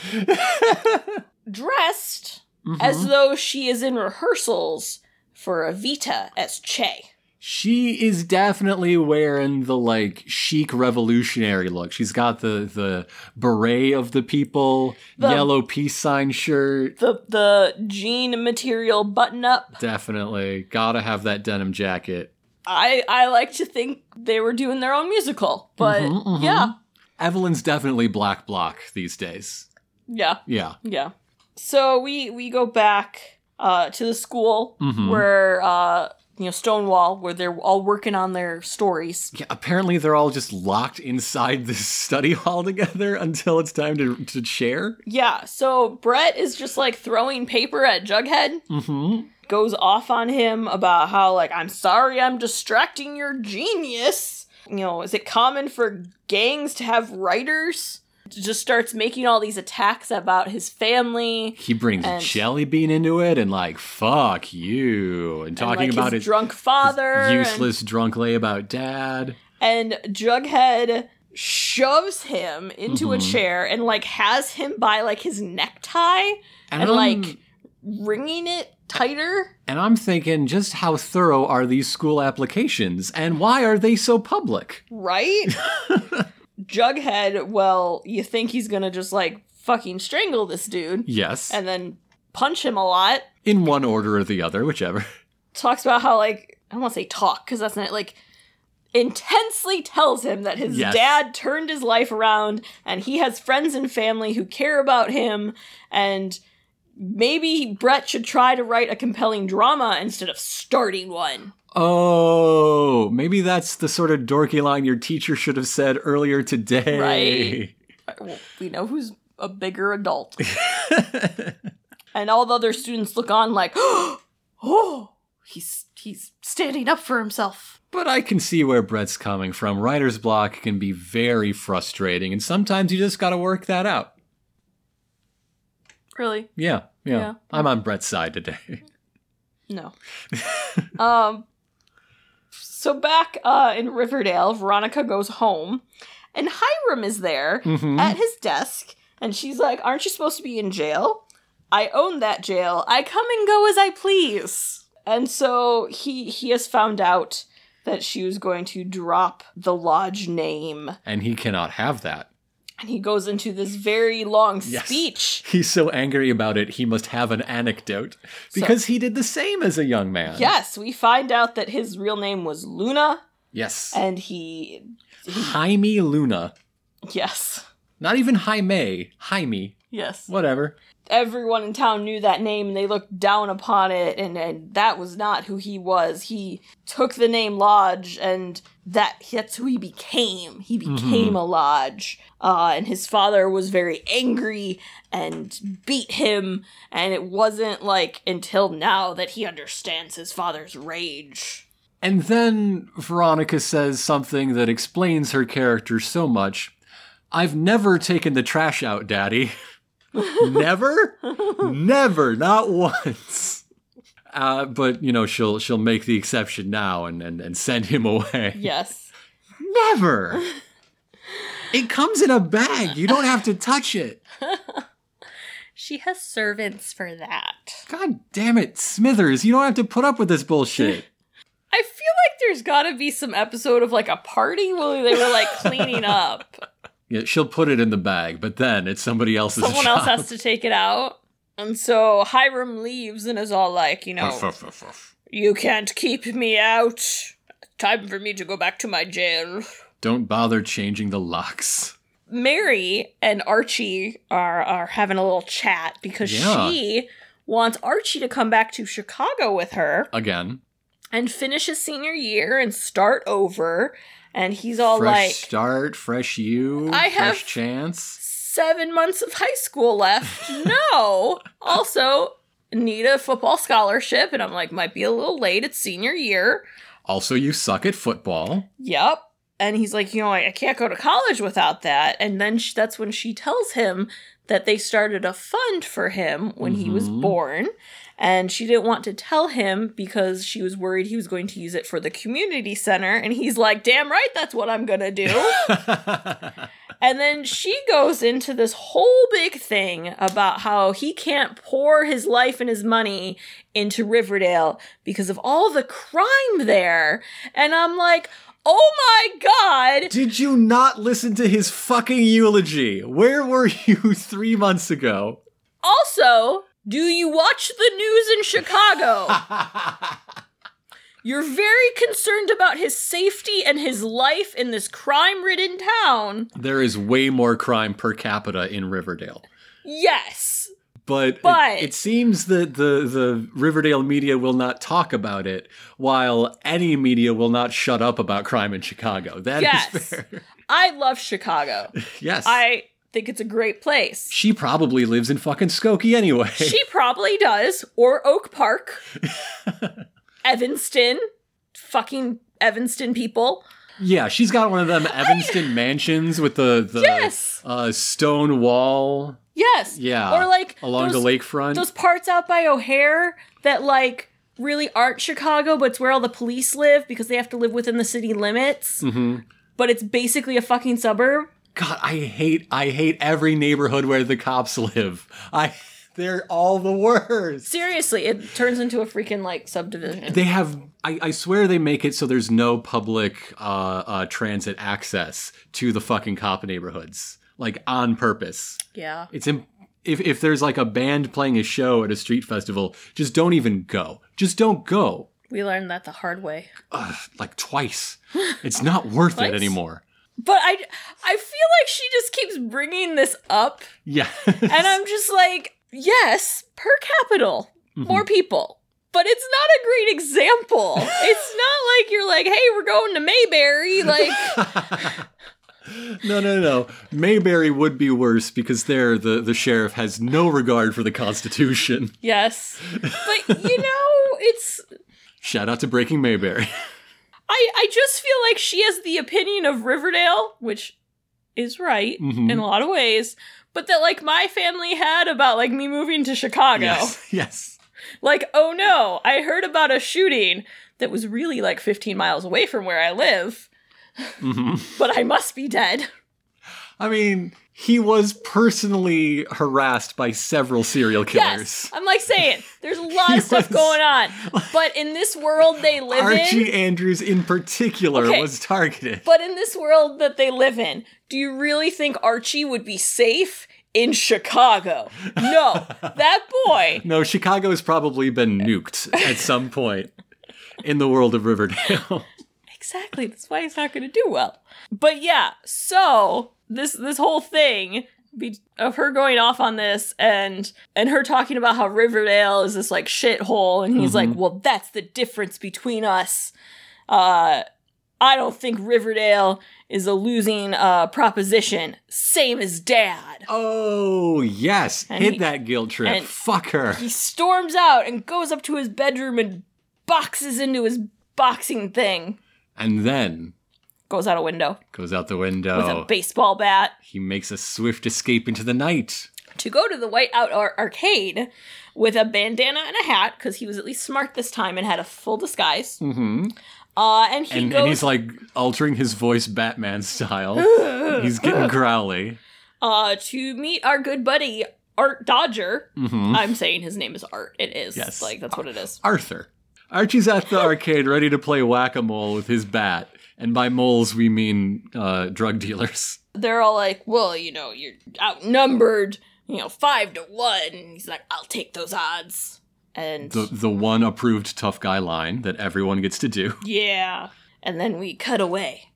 Speaker 2: Dressed as though she is in rehearsals for Evita as Che.
Speaker 3: She is definitely wearing the like chic revolutionary look. She's got the the beret of the people, yellow peace sign shirt.
Speaker 2: The the jean material button up.
Speaker 3: Definitely gotta have that denim jacket.
Speaker 2: I I like to think they were doing their own musical, but yeah.
Speaker 3: Evelyn's definitely black block these days.
Speaker 2: Yeah.
Speaker 3: Yeah.
Speaker 2: Yeah. So we we go back uh to the school
Speaker 3: Mhm.
Speaker 2: where uh you know Stonewall where they're all working on their stories.
Speaker 3: Yeah, apparently they're all just locked inside this study hall together until it's time to to share.
Speaker 2: Yeah, so Brett is just like throwing paper at Jughead.
Speaker 3: Mm-hmm.
Speaker 2: goes off on him about how like I'm sorry I'm distracting your genius. You know, is it common for gangs to have writers? Just starts making all these attacks about his family.
Speaker 3: he brings
Speaker 2: And-
Speaker 3: jelly bean into it and like fuck you and
Speaker 2: and,
Speaker 3: talking
Speaker 2: like,
Speaker 3: about
Speaker 2: his
Speaker 3: his,
Speaker 2: drunk father and-
Speaker 3: useless drunk lay about dad
Speaker 2: and, Jughead shoves him into a
Speaker 3: Mhm.
Speaker 2: chair and like has him by like his necktie, And,
Speaker 3: I'm-
Speaker 2: like- wringing it tighter.
Speaker 3: and i'm thinking just how thorough are these school applications and why are they so public
Speaker 2: Right? Jughead, well, you think he's gonna just like fucking strangle this dude
Speaker 3: yes
Speaker 2: and then punch him a lot.
Speaker 3: in one order or the other whichever
Speaker 2: Talks about how, like, I don't want to say talk because that's not like intensely tells him that his
Speaker 3: Yes.
Speaker 2: dad turned his life around and he has friends and family who care about him and maybe Brett should try to write a compelling drama instead of starting one.
Speaker 3: oh maybe that's the sort of dorky line your teacher should have said earlier today
Speaker 2: Right. Well, we know who's a bigger adult. and all the other students look on like, oh, he's he's standing up for himself.
Speaker 3: But I can see where Brett's coming from. Writer's block can be very frustrating, and sometimes you just gotta work that out.
Speaker 2: Really?
Speaker 3: Yeah, yeah.
Speaker 2: Yeah.
Speaker 3: I'm on Brett's side today.
Speaker 2: No. um so back uh in Riverdale, Veronica goes home and Hiram is there
Speaker 3: Mhm.
Speaker 2: at his desk and she's like, "Aren't you supposed to be in jail? I own that jail. I come and go as I please." And so he he has found out that she was going to drop the lodge name
Speaker 3: And he cannot have that.
Speaker 2: and he goes into this very long
Speaker 3: Yes.
Speaker 2: speech.
Speaker 3: He's so angry about it, he must have an anecdote because he did the same as a young man.
Speaker 2: Yes, we find out that his real name was Luna
Speaker 3: Yes.
Speaker 2: and he
Speaker 3: Jaime Luna.
Speaker 2: yes.
Speaker 3: Not even Jaime. Jaime.
Speaker 2: Yes.
Speaker 3: Whatever.
Speaker 2: Everyone in town knew that name and they looked down upon it and, and that was not who he was. He took the name Lodge and that that's who he became. He
Speaker 6: Mm-hmm.
Speaker 2: became a Lodge. Uh, and his father was very angry and beat him and it wasn't like until now that he understands his father's rage.
Speaker 3: And then Veronica says something that explains her character so much. I've never taken the trash out, Daddy. never? never, not once. Uh, but you know she'll she'll make the exception now and, and, and send him away.
Speaker 2: Yes.
Speaker 3: Never. it comes in a bag. You don't have to touch it.
Speaker 6: She has servants for that.
Speaker 3: God damn it, Smithers. You don't have to put up with this bullshit.
Speaker 6: I feel like there's gotta be some episode of like a party where they were like cleaning up.
Speaker 3: Yeah, she'll put it in the bag, but then it's somebody else's
Speaker 6: Someone else
Speaker 3: job.
Speaker 6: has to take it out.
Speaker 2: And so Hiram leaves and is all like, you know, you can't keep me out. Time for me to go back to my jail.
Speaker 3: Don't bother changing the locks.
Speaker 2: Mary and Archie are are having a little chat because
Speaker 3: Yeah.
Speaker 2: she wants Archie to come back to Chicago with her
Speaker 3: Again,
Speaker 2: and finish his senior year and start over. And he's all
Speaker 3: fresh
Speaker 2: like,
Speaker 3: start, fresh you,
Speaker 2: I
Speaker 3: fresh
Speaker 2: have-
Speaker 3: chance.
Speaker 2: seven months of high school left. No. also, need a football scholarship. And I'm like, might be a little late. It's senior year.
Speaker 3: Also, you suck at football.
Speaker 2: Yep. And he's like, you know, I, I can't go to college without that. And then sh that's when she tells him that they started a fund for him when he was
Speaker 3: Mhm.
Speaker 2: born. And she didn't want to tell him because she was worried he was going to use it for the community center. And he's like, damn right, that's what I'm going to do. And then she goes into this whole big thing about how he can't pour his life and his money into Riverdale because of all the crime there. And I'm like, oh my God.
Speaker 3: Did you not listen to his fucking eulogy? Where were you three months ago?
Speaker 2: Also, do you watch the news in Chicago? You're very concerned about his safety and his life in this crime ridden town.
Speaker 3: there is way more crime per capita in Riverdale.
Speaker 2: Yes.
Speaker 3: but, it-
Speaker 2: But-
Speaker 3: it, seems that the the Riverdale media will not talk about it, while any media will not shut up about crime in Chicago. That is
Speaker 2: Yes.
Speaker 3: fair.
Speaker 2: I love Chicago.
Speaker 3: yes,
Speaker 2: I think it's a great place.
Speaker 3: she probably lives in fucking Skokie anyway.
Speaker 2: She probably does. Or Oak Park. Evanston. Fucking Evanston people.
Speaker 3: yeah, she's got one of them Evanston mansions with the the
Speaker 2: Yes.
Speaker 3: uh, stone wall.
Speaker 2: Yes.
Speaker 3: Yeah,
Speaker 2: Or like
Speaker 3: along
Speaker 2: those,
Speaker 3: the lakefront.
Speaker 2: Those parts out by O'Hare that like really aren't Chicago, but it's where all the police live because they have to live within the city limits.
Speaker 3: Mhm.
Speaker 2: But it's basically a fucking suburb.
Speaker 3: God, I hate I hate every neighborhood where the cops live. I they're all the worst.
Speaker 2: Seriously, it turns into a freaking like subdivision.
Speaker 3: They have. I, I swear they make it so there's no public uh, uh, transit access to the fucking cop neighborhoods, like on purpose.
Speaker 2: yeah.
Speaker 3: It's imp- if if there's like a band playing a show at a street festival, just don't even go. Just don't go.
Speaker 2: We learned that the hard way.
Speaker 3: Ugh, like twice. It's not worth it anymore.
Speaker 2: But I I feel like she just keeps bringing this up
Speaker 3: Yeah.
Speaker 2: And I'm just like, yes, per capita, more people. But it's not a great example. it's not like you're like, hey, we're going to Mayberry. Like,
Speaker 3: no, no, no. Mayberry would be worse because there the the sheriff has no regard for the Constitution.
Speaker 2: yes. But, you know, it's.
Speaker 3: Shout out to Breaking Mayberry.
Speaker 2: I, I just feel like she has the opinion of Riverdale, which is right
Speaker 3: Mhm.
Speaker 2: in a lot of ways, but that, like, my family had about, like, me moving to Chicago.
Speaker 3: Yes. Yes.
Speaker 2: Like, oh no, I heard about a shooting that was really like 15 miles away from where I live,
Speaker 3: Mhm.
Speaker 2: but I must be dead.
Speaker 3: I mean, he was personally harassed by several serial
Speaker 2: Yes,
Speaker 3: killers.
Speaker 2: I'm like saying there's a lot
Speaker 3: He
Speaker 2: of stuff
Speaker 3: was-
Speaker 2: going on, but in this world they live in,
Speaker 3: Archie Andrews, in particular,
Speaker 2: Okay.
Speaker 3: was targeted.
Speaker 2: But in this world that they live in, do you really think Archie would be safe in Chicago? No, that boy.
Speaker 3: No, Chicago has probably been nuked at some point in the world of Riverdale.
Speaker 2: Exactly. That's why he's not going to do well. But yeah, so this this whole thing be- of her going off on this and and her talking about how Riverdale is this like shithole, and he's like, well, that's the difference between us. Uh, I don't think Riverdale is a losing uh, proposition. Same as Dad.
Speaker 3: oh, yes.
Speaker 2: And
Speaker 3: Hit
Speaker 2: he-
Speaker 3: that guilt trip.
Speaker 2: and-
Speaker 3: Fuck her.
Speaker 2: he storms out and goes up to his bedroom and boxes into his boxing thing.
Speaker 3: And then
Speaker 2: Goes out a window
Speaker 3: goes out the
Speaker 2: with
Speaker 3: window.
Speaker 2: a baseball bat
Speaker 3: he makes a swift escape into the night.
Speaker 2: to go to the Whiteout Ar- Arcade with a bandana and a hat because he was at least smart this time and had a full disguise.
Speaker 3: Mm-hmm.
Speaker 2: Uh, and he
Speaker 3: And,
Speaker 2: goes.
Speaker 3: and he's like altering his voice Batman style. he's getting growly.
Speaker 2: uh, to meet our good buddy Art Dodger.
Speaker 3: hmm
Speaker 2: I'm saying his name is Art. It is
Speaker 3: Yes.
Speaker 2: like that's what it is.
Speaker 3: Arthur. Archie's at the arcade ready to play whack a mole with his bat. And by moles, we mean uh, drug dealers.
Speaker 2: They're all like, "Well, you know, you're outnumbered. You know, five to one." And he's like, "I'll take those odds." And
Speaker 3: The, the one approved tough guy line that everyone gets to do.
Speaker 2: Yeah. And then we cut away.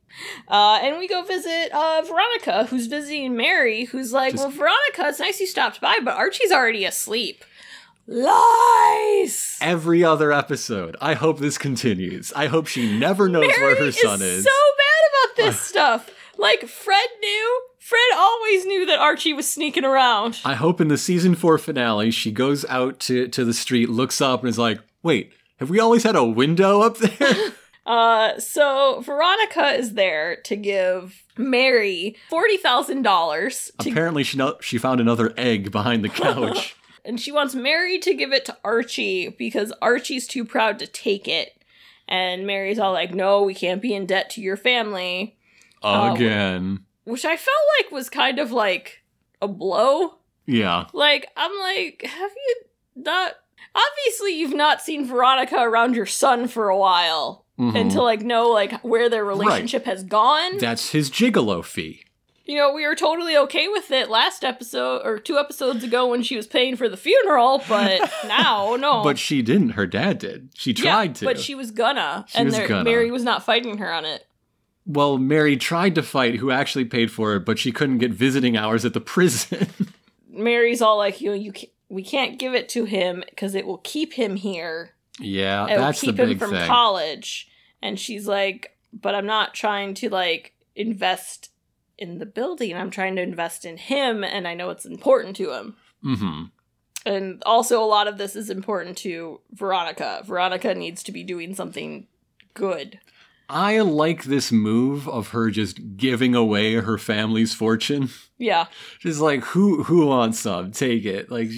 Speaker 2: Uh, and we go visit uh, Veronica, who's visiting Mary, who's like,
Speaker 3: Just-
Speaker 2: Well, Veronica, it's nice you stopped by, but Archie's already asleep. Lies!
Speaker 3: Every other episode. I hope this continues. I hope she never knows
Speaker 2: Mary
Speaker 3: where her son
Speaker 2: is
Speaker 3: is.
Speaker 2: so bad about this stuff. Like, Fred knew. Fred always knew that Archie was sneaking around.
Speaker 3: I hope in the season four finale, she goes out to, to the street, looks up, and is like, wait, have we always had a window up there?
Speaker 2: Uh, so Veronica is there to give Mary $40,000 to
Speaker 3: Apparently, she, no- she found another egg behind the couch.
Speaker 2: and she wants Mary to give it to Archie because Archie's too proud to take it. And Mary's all like, "No, we can't be in debt to your family," Oh.
Speaker 3: Again.
Speaker 2: which I felt like was kind of like a blow.
Speaker 3: Yeah.
Speaker 2: Like, I'm like, have you not Obviously, you've not seen Veronica around your son for a while
Speaker 3: Mhm.
Speaker 2: and to like know like where their relationship has gone.
Speaker 3: That's his gigolo fee.
Speaker 2: you know, we were totally okay with it last episode or two episodes ago when she was paying for the funeral, but now no.
Speaker 3: But she didn't. Her dad did. She tried to.
Speaker 2: Oh. But she was gonna,
Speaker 3: She
Speaker 2: and
Speaker 3: was
Speaker 2: there-
Speaker 3: gonna.
Speaker 2: Mary was not fighting her on it.
Speaker 3: well, Mary tried to fight who actually paid for it, but she couldn't get visiting hours at the prison.
Speaker 2: Mary's all like, "You, you, ca- we can't give it to him because it will keep him here.
Speaker 3: yeah,
Speaker 2: it
Speaker 3: Uh, that's
Speaker 2: will Oh,
Speaker 3: the
Speaker 2: keep him
Speaker 3: big
Speaker 2: from
Speaker 3: thing.
Speaker 2: college." And she's like, "But I'm not trying to like invest in the building. I'm trying to invest in him, and I know it's important to him."
Speaker 3: hmm
Speaker 2: And also, a lot of this is important to Veronica. Veronica needs to be doing something good.
Speaker 3: I like this move of her just giving away her family's fortune.
Speaker 2: Yeah.
Speaker 3: Just like who who wants some, take it. Like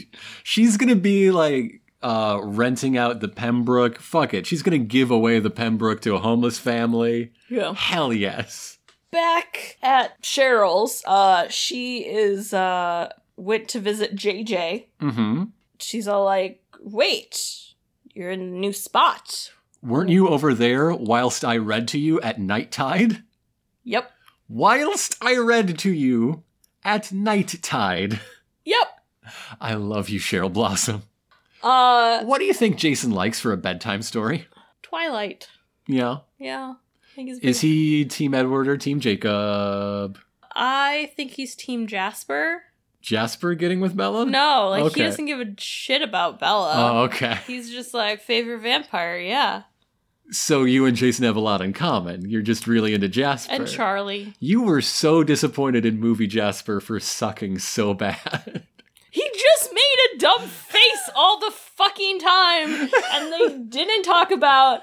Speaker 3: she's gonna be like uh renting out the Pembroke. Fuck it, she's gonna give away the Pembroke to a homeless family.
Speaker 2: Yeah.
Speaker 3: Hell yes.
Speaker 2: back at Cheryl's, uh, she is uh went to visit JJ.
Speaker 3: Mm-hmm.
Speaker 2: She's all like, "Wait, you're in a new spot."
Speaker 3: Weren't you over there whilst I read to you at nighttide?
Speaker 2: Yep,
Speaker 3: Whilst I read to you at nighttide.
Speaker 2: yep.
Speaker 3: I love you, Cheryl Blossom.
Speaker 2: Uh,
Speaker 3: What do you think Jason likes for a bedtime story?
Speaker 2: Twilight.
Speaker 3: Yeah.
Speaker 2: Yeah, I think he's.
Speaker 3: Is he Team Edward or Team Jacob?
Speaker 2: I think he's Team Jasper.
Speaker 3: Jasper getting with Bella?
Speaker 2: No, like
Speaker 3: Okay.
Speaker 2: he doesn't give a shit about Bella.
Speaker 3: Oh, okay.
Speaker 2: He's just like favorite vampire. Yeah,
Speaker 3: So you and Jason have a lot in common. You're just really into Jasper.
Speaker 2: and Charlie.
Speaker 3: you were so disappointed in movie Jasper for sucking so bad.
Speaker 2: He just made a dumb face all the fucking time, and they didn't talk about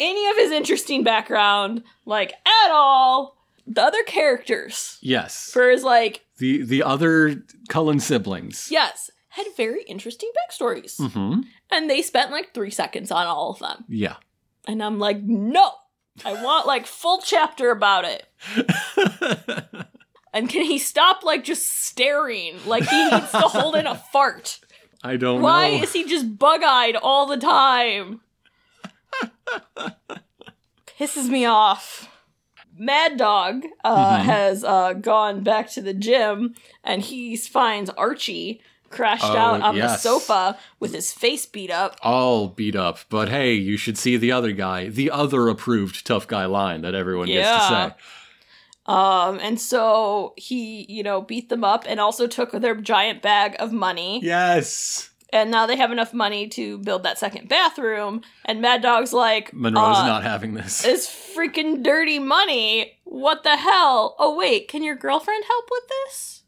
Speaker 2: any of his interesting background, like at all. The other characters
Speaker 3: yes.
Speaker 2: for his like,
Speaker 3: the the other Cullen siblings.
Speaker 2: yes, had very interesting backstories.
Speaker 3: Mm-hmm.
Speaker 2: And they spent like three seconds on all of them.
Speaker 3: Yeah.
Speaker 2: And I'm like, no, I want like full chapter about it. And can he stop like just staring like he needs to hold in a fart?
Speaker 3: I don't
Speaker 2: Why
Speaker 3: know.
Speaker 2: is he just bug eyed all the time? Pisses me off. Mad Dog uh,
Speaker 3: Mhm.
Speaker 2: has uh, gone back to the gym and he finds Archie crashed
Speaker 3: Oh,
Speaker 2: out on
Speaker 3: yes.
Speaker 2: the sofa with his face beat up.
Speaker 3: all beat up, but hey, you should see the other guy, the other approved tough guy line that everyone gets to
Speaker 2: Yeah.
Speaker 3: say.
Speaker 2: Um, and so he, you know, beat them up and also took their giant bag of money.
Speaker 3: Yes.
Speaker 2: And now they have enough money to build that second bathroom. And Mad Dog's like,
Speaker 3: Monroe's
Speaker 2: uh,
Speaker 3: not having this.
Speaker 2: It's freaking dirty money. What the hell? Oh, wait, can your girlfriend help with this?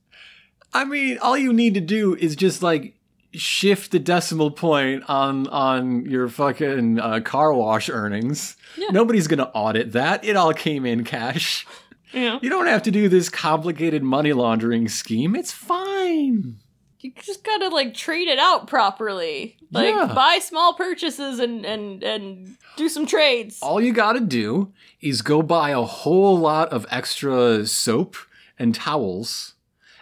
Speaker 3: I mean, all you need to do is just like shift the decimal point on on your fucking uh, car wash earnings.
Speaker 2: Yeah.
Speaker 3: Nobody's gonna audit that. It all came in cash.
Speaker 2: Yeah.
Speaker 3: You don't have to do this complicated money laundering scheme. It's fine.
Speaker 2: You just gotta, like, trade it out properly. Like,
Speaker 3: Yeah.
Speaker 2: buy small purchases and, and, and do some trades.
Speaker 3: All you gotta do is go buy a whole lot of extra soap and towels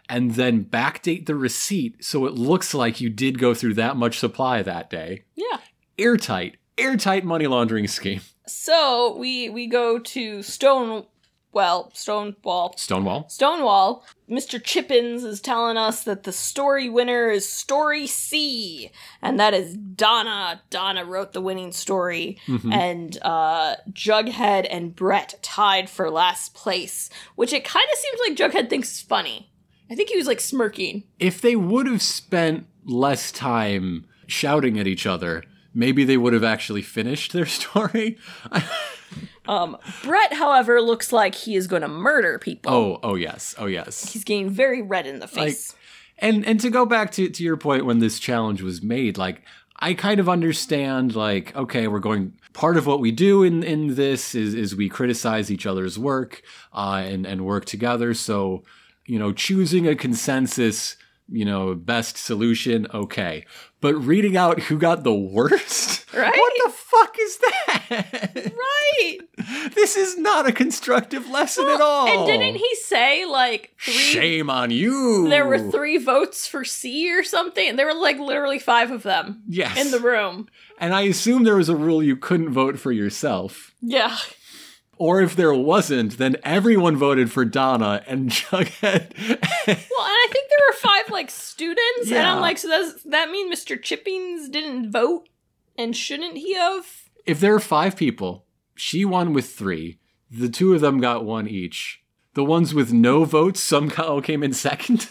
Speaker 3: and then backdate the receipt so it looks like you did go through that much supply that day.
Speaker 2: Yeah.
Speaker 3: Airtight. Airtight money laundering scheme.
Speaker 2: So, we, we go to Stone, well, Stonewall.
Speaker 3: Stonewall.
Speaker 2: Stonewall, Mr. Chippins is telling us that the story winner is story C, and that is Donna. Donna wrote the winning story,
Speaker 3: Mhm.
Speaker 2: and uh, Jughead and Brett tied for last place, which it kind of seems like Jughead thinks is funny. I think he was like smirking.
Speaker 3: If they would have spent less time shouting at each other, maybe they would have actually finished their story.
Speaker 2: Um, Brett, however, looks like he is going to murder people.
Speaker 3: oh, oh yes. Oh yes.
Speaker 2: He's getting very red in the
Speaker 3: Like,
Speaker 2: face.
Speaker 3: and and to go back to, to your point when this challenge was made like i kind of understand like okay we're going part of what we do in in this is is we criticize each other's work uh and and work together so you know choosing a consensus you know best solution okay but reading out who got the worst
Speaker 2: Right?
Speaker 3: what the fuck is that
Speaker 2: right.
Speaker 3: this is not a constructive lesson at all
Speaker 2: And didn't he say like three
Speaker 3: Oh. shame on you
Speaker 2: there were three votes for C or something. There were like literally five of them
Speaker 3: yes
Speaker 2: in the room.
Speaker 3: And I assume there was a rule you couldn't vote for yourself.
Speaker 2: Yeah.
Speaker 3: Or if there wasn't, then everyone voted for Donna and Jughead.
Speaker 2: Well, and I think there were five like students, and
Speaker 3: Yeah.
Speaker 2: I'm like, so does that mean Mr. Chippings didn't vote? And shouldn't he have?
Speaker 3: if there are five people, she won with three. The two of them got one each. The ones with no votes somehow came in second.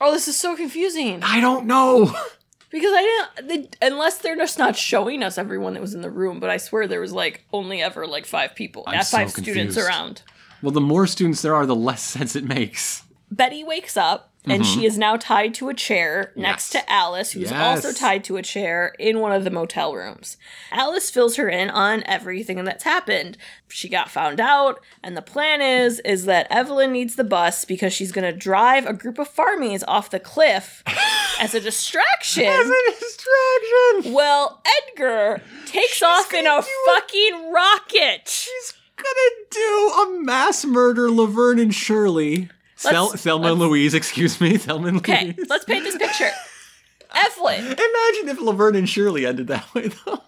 Speaker 2: Oh, this is so confusing
Speaker 3: I don't know.
Speaker 2: because I didn't. They, unless they're just not showing us everyone that was in the room, but I swear there was like only ever like five people,
Speaker 3: I'm
Speaker 2: not
Speaker 3: so
Speaker 2: five students
Speaker 3: confused.
Speaker 2: around.
Speaker 3: Well, the more students there are, the less sense it makes.
Speaker 2: Betty wakes up and she is now tied to a chair next
Speaker 3: Mm-hmm. Yes.
Speaker 2: to Alice, who's
Speaker 3: Yes.
Speaker 2: also tied to a chair in one of the motel rooms. Alice fills her in on everything that's happened. She got found out, and the plan is is that Evelyn needs the bus because she's going to drive a group of farmies off the cliff as a distraction.
Speaker 3: distraction.
Speaker 2: well, Edgar takes off in a fucking rocket.
Speaker 3: She's gonna do a mass murder, Laverne and Shirley. Thel-
Speaker 2: Let's-
Speaker 3: Thelma and Louise, excuse me, Thelma and
Speaker 2: Okay,
Speaker 3: Louise.
Speaker 2: let's paint this picture. Evelyn
Speaker 3: Imagine if Laverne and Shirley ended that way, though.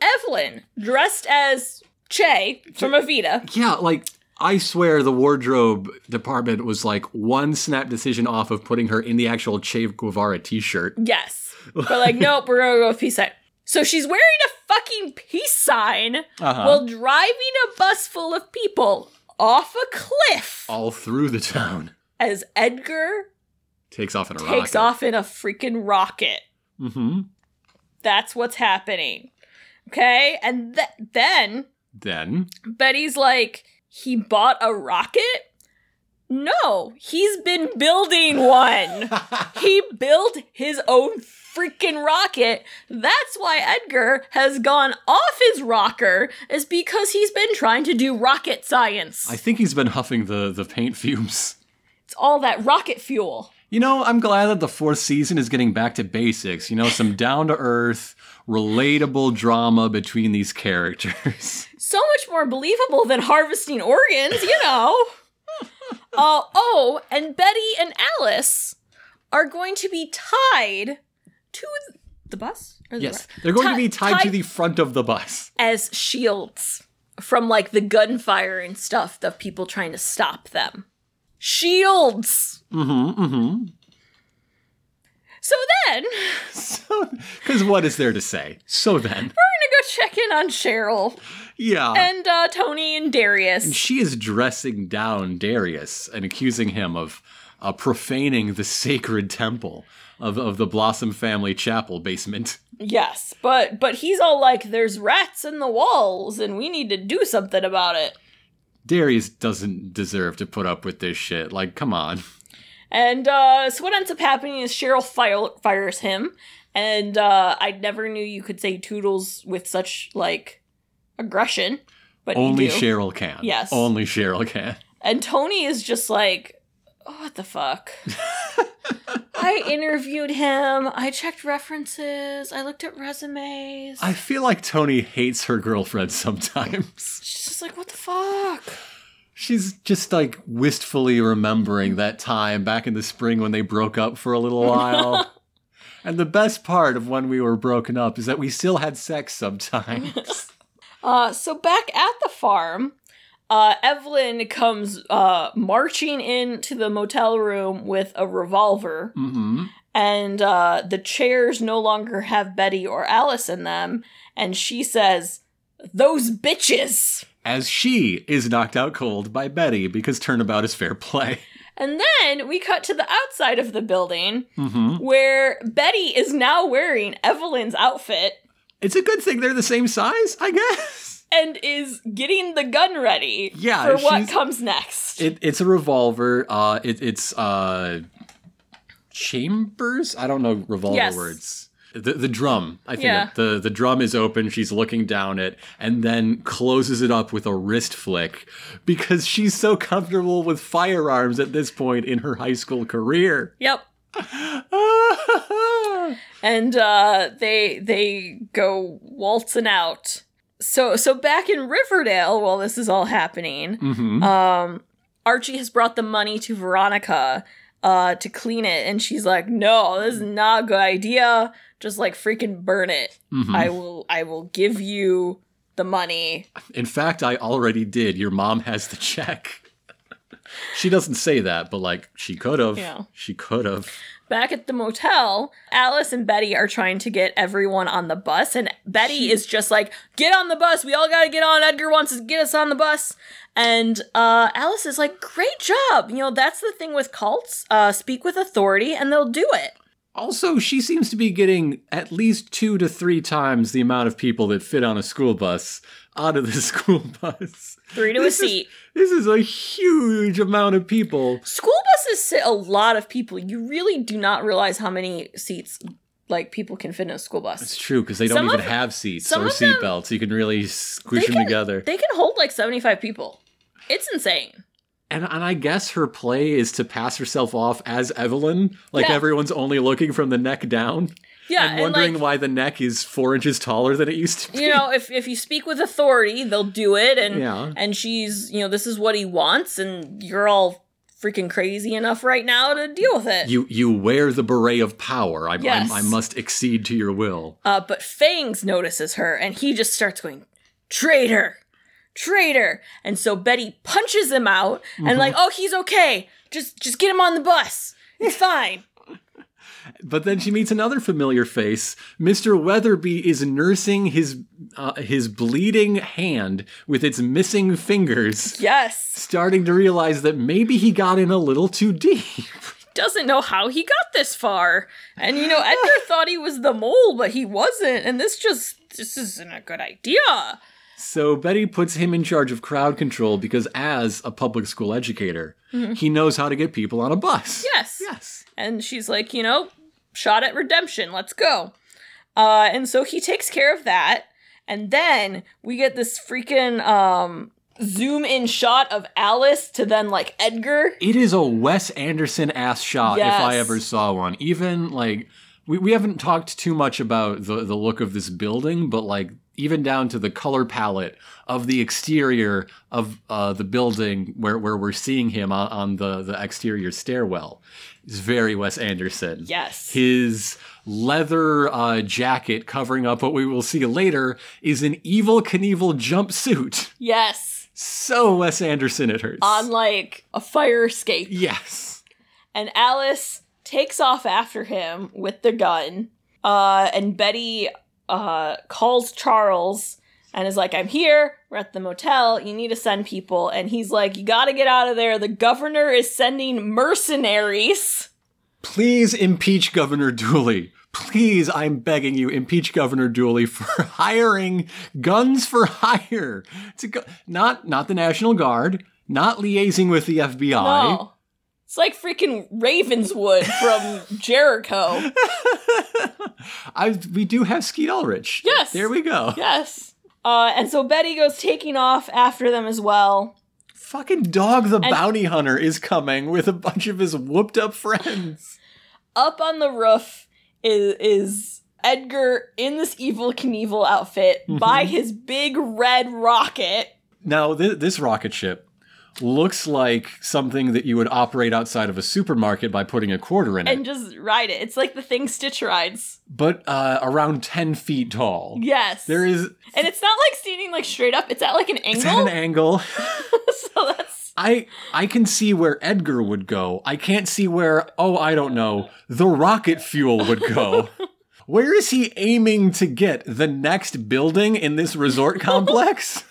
Speaker 2: Evelyn, dressed as Che from Evita.
Speaker 3: Yeah, like, I swear the wardrobe department was like one snap decision off of putting her in the actual Che Guevara t shirt.
Speaker 2: Yes. But like, nope, we're gonna go with peace sign. So she's wearing a fucking peace sign
Speaker 3: Uh-huh.
Speaker 2: while driving a bus full of people off a cliff
Speaker 3: All through the town.
Speaker 2: as Edgar
Speaker 3: Takes off in a
Speaker 2: takes off in a freaking rocket.
Speaker 3: hmm
Speaker 2: That's what's happening. Okay? And th- then
Speaker 3: Then.
Speaker 2: Betty's like, he bought a rocket? No, he's been building one. he built his own freaking rocket. That's why Edgar has gone off his rocker, is because he's been trying to do rocket science.
Speaker 3: I think he's been huffing the, the paint fumes.
Speaker 2: it's all that rocket fuel.
Speaker 3: You know, I'm glad that the fourth season is getting back to basics. You know, some down to earth, relatable drama between these characters.
Speaker 2: so much more believable than harvesting organs, you know. uh, oh, and Betty and Alice are going to be tied to th- the bus. Or the bus?
Speaker 3: yes, they're going to
Speaker 2: Ti-
Speaker 3: be tied to
Speaker 2: tied-
Speaker 3: the front of the bus.
Speaker 2: as shields from like the gunfire and stuff of people trying to stop them. Shields.
Speaker 3: Mm-hmm. Mm-hmm.
Speaker 2: So then we're gonna
Speaker 3: So, because what is there to say? So then,
Speaker 2: go check in on Cheryl
Speaker 3: yeah.
Speaker 2: and uh, Tony and Darius.
Speaker 3: she is dressing down Darius and accusing him of uh, profaning the sacred temple of, of the Blossom family chapel basement.
Speaker 2: yes, but but he's all like, "There's rats in the walls, and we need to do something about it."
Speaker 3: Darius doesn't deserve to put up with this shit. Like, come on.
Speaker 2: And uh, so what ends up happening is Cheryl fire- fires him, and uh, I never knew you could say toodles with such like aggression, but
Speaker 3: Only
Speaker 2: you do.
Speaker 3: Cheryl can.
Speaker 2: Yes.
Speaker 3: Only Cheryl can.
Speaker 2: And Tony is just like, "Oh, what the fuck? I interviewed him. I checked references. I looked at resumes.
Speaker 3: I feel like Tony hates her girlfriend sometimes.
Speaker 2: She's just like, what the fuck?
Speaker 3: She's just like wistfully remembering that time back in the spring when they broke up for a little while. and the best part of when we were broken up is that we still had sex sometimes.
Speaker 2: Uh, so back at the farm, uh, Evelyn comes uh, marching into the motel room with a revolver.
Speaker 3: hmm
Speaker 2: and uh, the chairs no longer have Betty or Alice in them, and she says, "Those bitches."
Speaker 3: As she is knocked out cold by Betty because turnabout is fair play.
Speaker 2: And then we cut to the outside of the building
Speaker 3: hmm
Speaker 2: where Betty is now wearing Evelyn's outfit
Speaker 3: It's a good thing they're the same size, I guess.
Speaker 2: and is getting the gun ready
Speaker 3: Yeah,
Speaker 2: for what
Speaker 3: she's-
Speaker 2: comes next.
Speaker 3: It, it's a revolver. Uh, it, it's uh, chambers. I don't know revolver
Speaker 2: Yes.
Speaker 3: words. The, the drum. I think
Speaker 2: Yeah.
Speaker 3: the the drum is open. She's looking down it, and then closes it up with a wrist flick because she's so comfortable with firearms at this point in her high school career.
Speaker 2: yep. and uh, they they go waltzing out. So so back in Riverdale, while this is all happening,
Speaker 3: Mhm.
Speaker 2: um, Archie has brought the money to Veronica uh, to clean it, and she's like, "No, this is not a good idea. Just like freaking burn it.
Speaker 3: Mhm.
Speaker 2: I will I will give you the money."
Speaker 3: In fact, I already did. Your mom has the check. she doesn't say that, but like she could have.
Speaker 2: Yeah.
Speaker 3: She could have.
Speaker 2: Back at the motel, Alice and Betty are trying to get everyone on the bus, and Betty is just like, "Get on the bus! We all gotta get on. Edgar wants to get us on the bus." And uh, Alice is like, "Great job! You know that's the thing with cults. Uh, speak with authority, and they'll do it."
Speaker 3: Also, she seems to be getting at least two to three times the amount of people that fit on a school bus out of the school bus.
Speaker 2: Three to
Speaker 3: This
Speaker 2: a
Speaker 3: is-
Speaker 2: seat.
Speaker 3: This is a huge amount of people.
Speaker 2: School buses sit a lot of people. You really do not realize how many seats like people can fit in a school
Speaker 3: It's
Speaker 2: bus.
Speaker 3: true because they don't
Speaker 2: Some
Speaker 3: even
Speaker 2: of-
Speaker 3: have seats
Speaker 2: some
Speaker 3: or
Speaker 2: of them-
Speaker 3: seatbelts. You can really
Speaker 2: They
Speaker 3: squish them
Speaker 2: can-
Speaker 3: together.
Speaker 2: They can hold like seventy five people. It's insane.
Speaker 3: And and I guess her play is to pass herself off as Evelyn, like
Speaker 2: Yeah.
Speaker 3: everyone's only looking from the neck down.
Speaker 2: Yeah,
Speaker 3: and
Speaker 2: and,
Speaker 3: wondering
Speaker 2: like,
Speaker 3: why the neck is four inches taller than it used to be.
Speaker 2: you know, if if you speak with authority, they'll do it. And
Speaker 3: Yeah.
Speaker 2: and she's, you know, this is what he wants, and you're all freaking crazy enough right now to deal with it.
Speaker 3: You you wear the beret of power. I, I'm-
Speaker 2: Yes.
Speaker 3: I must accede to your will.
Speaker 2: uh, but Fangs notices her, and he just starts going, "Traitor, traitor!" And so Betty punches him out,
Speaker 3: Mm-hmm.
Speaker 2: and like, "Oh, he's okay. Just just get him on the bus. It's fine."
Speaker 3: But then she meets another familiar face. Mr. Weatherby is nursing his uh, his bleeding hand with its missing fingers,
Speaker 2: Yes,
Speaker 3: starting to realize that maybe he got in a little too deep.
Speaker 2: doesn't know how he got this far, and you know Edgar thought he was the mole, but he wasn't, and this just this isn't a good idea.
Speaker 3: So Betty puts him in charge of crowd control because, as a public school educator, he knows how to get people on a bus.
Speaker 2: Yes.
Speaker 3: Yes.
Speaker 2: And she's like, you know, shot at redemption. Let's go. Uh, and so he takes care of that. And then we get this freaking um, zoom in shot of Alice to then like Edgar.
Speaker 3: It is a Wes Anderson ass shot if I
Speaker 2: Yes.
Speaker 3: ever saw one. Even like we, we haven't talked too much about the, the look of this building, but like even down to the color palette of the exterior of uh, the building where, where we're seeing him on, on the, the exterior stairwell is very Wes Anderson.
Speaker 2: Yes.
Speaker 3: His leather uh, jacket covering up what we will see later is an evil Knievel jumpsuit.
Speaker 2: Yes.
Speaker 3: So Wes Anderson it hurts.
Speaker 2: On like a fire escape.
Speaker 3: yes.
Speaker 2: and Alice takes off after him with the gun. Uh, and Betty uh, calls Charles and is like, I'm here. We're at the motel. You need to send people. And he's like, You got to get out of there. The governor is sending mercenaries.
Speaker 3: Please impeach Governor Dooley. Please, I'm begging you, impeach Governor Dooley for hiring guns for hire. It's a go- not not the National Guard, not liaising with the FBI.
Speaker 2: No. It's like freaking Ravenswood from Jericho.
Speaker 3: I, we do have Skeet Ulrich.
Speaker 2: Yes.
Speaker 3: There we go.
Speaker 2: Yes. Uh, and so Betty goes taking off after them as well.
Speaker 3: Fucking Dog the Bounty Hunter is coming with a bunch of his whooped up friends.
Speaker 2: Up on the roof is is Edgar in this evil Knievel outfit
Speaker 3: Mm-hmm.
Speaker 2: by his big red rocket.
Speaker 3: Now, th- this rocket ship looks like something that you would operate outside of a supermarket by putting a quarter in it.
Speaker 2: and just ride it. It's like the thing Stitch rides.
Speaker 3: but uh, around 10 feet tall.
Speaker 2: Yes.
Speaker 3: There is,
Speaker 2: and it's not like standing like straight up. It's at like an
Speaker 3: it's at
Speaker 2: angle.
Speaker 3: an angle.
Speaker 2: so that's
Speaker 3: I I can see where Edgar would go. I can't see where, oh, I don't know, the rocket fuel would go. where is he aiming to get? The next building in this resort complex?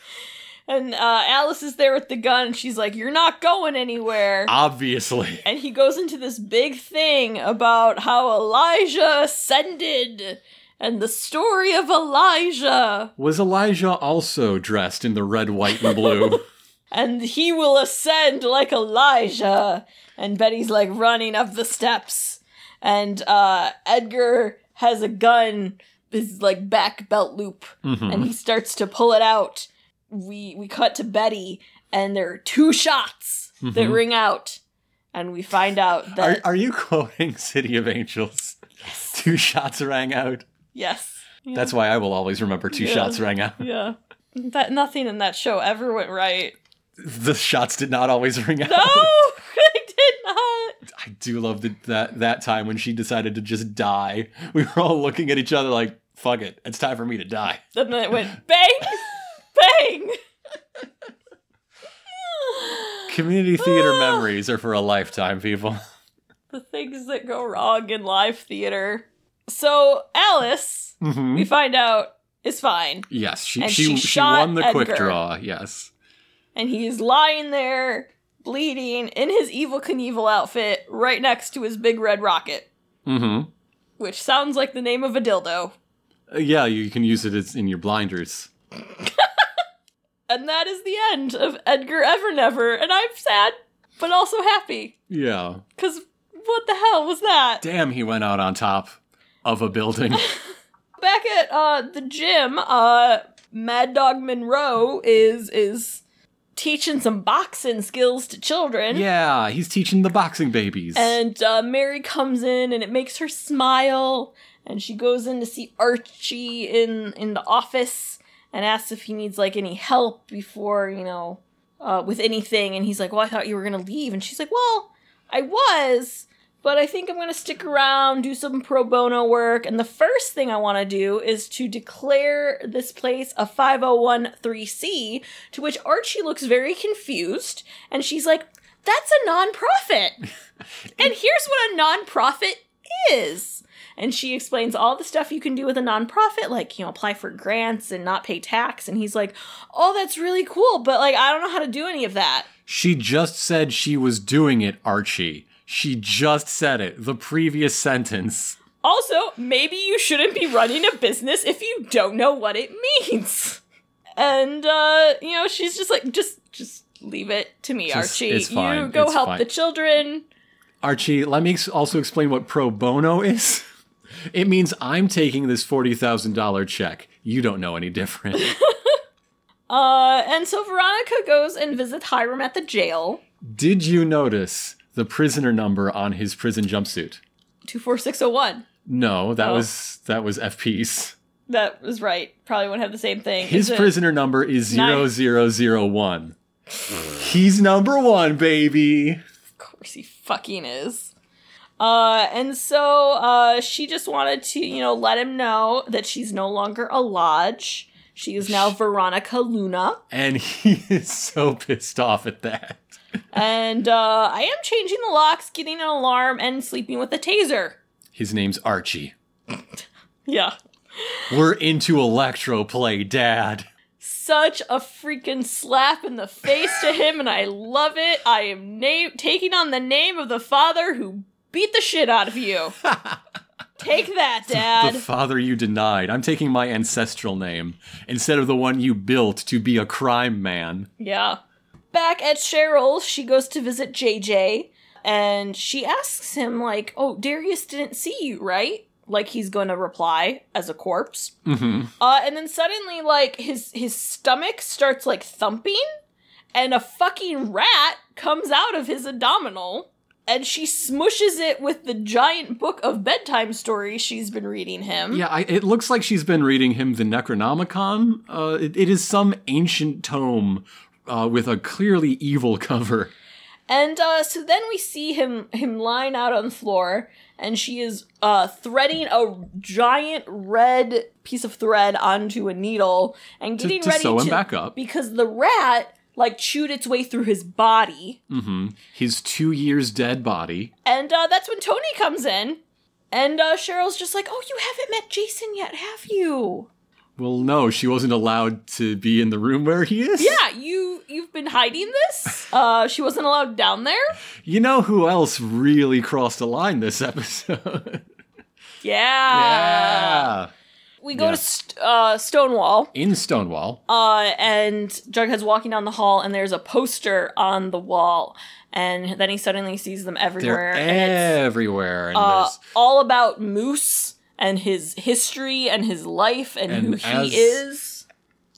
Speaker 2: and uh, Alice is there with the gun. And she's like, "You're not going anywhere."
Speaker 3: Ah. Obviously.
Speaker 2: and he goes into this big thing about how Elijah ascended and the story of Elijah
Speaker 3: Was Elijah also dressed in the red, white, and blue?
Speaker 2: and he will ascend like Elijah. And Betty's like running up the steps. And uh, Edgar has a gun, his like back belt loop,
Speaker 3: Mm-hmm.
Speaker 2: and he starts to pull it out. We we cut to Betty, and there are two shots that ring out, and we find out
Speaker 3: Mm-hmm. are,
Speaker 2: that
Speaker 3: are you quoting City of Angels? Two shots rang out.
Speaker 2: yes, Yeah.
Speaker 3: That's why I will always remember two
Speaker 2: Yeah.
Speaker 3: shots rang out.
Speaker 2: yeah, that nothing in that show ever went right.
Speaker 3: The shots did not always ring out.
Speaker 2: No, I did not.
Speaker 3: I do love the, that that time when she decided to just die. We were all looking at each other like, "Fuck it, it's time for me to die."
Speaker 2: And then it went bang, bang. Ah.
Speaker 3: Community theater memories are for a lifetime, people.
Speaker 2: the things that go wrong in live theater. So Alice,
Speaker 3: Mhm.
Speaker 2: we find out, is fine,
Speaker 3: Yes, she
Speaker 2: And
Speaker 3: she,
Speaker 2: she
Speaker 3: she,
Speaker 2: shot
Speaker 3: won the quick
Speaker 2: Edgar.
Speaker 3: draw. Yes,
Speaker 2: and he's lying there, bleeding in his evil Knievel outfit, right next to his big red rocket,
Speaker 3: hmm
Speaker 2: which sounds like the name of a dildo.
Speaker 3: yeah, you can use it as, in your blinders.
Speaker 2: And that is the end of Edgar Evernever, and I'm sad, but also happy,
Speaker 3: Yeah,
Speaker 2: cause what the hell was that?
Speaker 3: damn, he went out on top of a building.
Speaker 2: back at uh the gym, uh Mad Dog Monroe is is teaching some boxing skills to children.
Speaker 3: yeah, he's teaching the boxing babies.
Speaker 2: And uh, Mary comes in and it makes her smile and she goes in to see Archie in in the office and asks if he needs like any help before, you know, uh, with anything and he's like, "Well, I thought you were going to leave." And she's like, "Well, I was, but I think I'm going to stick around, do some pro bono work, and the first thing I want to do is to declare this place a 5013C, to which Archie looks very confused, and she's like, that's a nonprofit. and here's what a nonprofit is. And she explains all the stuff you can do with a nonprofit, like, you know, apply for grants and not pay tax. And he's like, oh, that's really cool, but like, I don't know how to do any of that.
Speaker 3: She just said she was doing it, Archie. She just said it. The previous sentence.
Speaker 2: Also, maybe you shouldn't be running a business if you don't know what it means. And uh, you know, she's just like, just just leave it to me,
Speaker 3: Just-
Speaker 2: Archie.
Speaker 3: it's fine,
Speaker 2: You go
Speaker 3: it's
Speaker 2: help
Speaker 3: fine."
Speaker 2: the children.
Speaker 3: Archie, let me ex- also explain what pro bono is. It means I'm taking this $40,000 check. You don't know any different.
Speaker 2: Uh, and so Veronica goes and visits Hiram at the jail.
Speaker 3: Did you notice the prisoner number on his prison jumpsuit?
Speaker 2: 24601.
Speaker 3: No, that
Speaker 2: Oh.
Speaker 3: was that was FP's.
Speaker 2: That was right. Probably won't have the same thing.
Speaker 3: His
Speaker 2: It's a-
Speaker 3: prisoner number is
Speaker 2: Nine.
Speaker 3: 0001. He's number one, baby.
Speaker 2: Of course he fucking is. Uh, and so uh, she just wanted to, you know, let him know that she's no longer a lodge. She is now Veronica Luna.
Speaker 3: And he is so pissed off at that.
Speaker 2: And uh, I am changing the locks, getting an alarm, and sleeping with a taser.
Speaker 3: His name's Archie.
Speaker 2: Yeah.
Speaker 3: We're into electroplay, Dad.
Speaker 2: Such a freaking slap in the face to him, and I love it. I am na- taking on the name of the father who beat the shit out of you. Take that, Dad.
Speaker 3: The father you denied. I'm taking my ancestral name instead of the one you built to be a crime man.
Speaker 2: Yeah. Back at Cheryl's, she goes to visit JJ and she asks him, like, oh, Darius didn't see you, right? Like he's gonna reply as a corpse.
Speaker 3: hmm
Speaker 2: Uh, and then suddenly, like, his his stomach starts like thumping, and a fucking rat comes out of his abdominal, and she smushes it with the giant book of bedtime stories she's been reading him.
Speaker 3: Yeah, I, it looks like she's been reading him the Necronomicon. Uh, it, it is some ancient tome uh, with a clearly evil cover.
Speaker 2: And uh, so then we see him him lying out on the floor, and she is uh, threading a giant red piece of thread onto a needle and
Speaker 3: To,
Speaker 2: getting
Speaker 3: to
Speaker 2: ready
Speaker 3: sew him
Speaker 2: to
Speaker 3: back up.
Speaker 2: because the rat like chewed its way through his body,
Speaker 3: hmm His two years dead body.
Speaker 2: and uh, that's when Tony comes in, and uh, Cheryl's just like, "Oh, you haven't met Jason yet, have you?
Speaker 3: Well, no, she wasn't allowed to be in the room where he is.
Speaker 2: Yeah, you you've been hiding this. Uh, she wasn't allowed down there.
Speaker 3: You know who else really crossed a line this episode?
Speaker 2: Uh, Yeah. We go
Speaker 3: Yeah.
Speaker 2: to st- uh, Stonewall."
Speaker 3: In Stonewall.
Speaker 2: Uh, and Jughead's walking down the hall, and there's a poster on the wall, and then he suddenly sees them everywhere.
Speaker 3: They're
Speaker 2: and it's
Speaker 3: everywhere. And,
Speaker 2: uh,
Speaker 3: there's-
Speaker 2: all about Moose and his history and his life and,
Speaker 3: And
Speaker 2: who
Speaker 3: as-
Speaker 2: he is.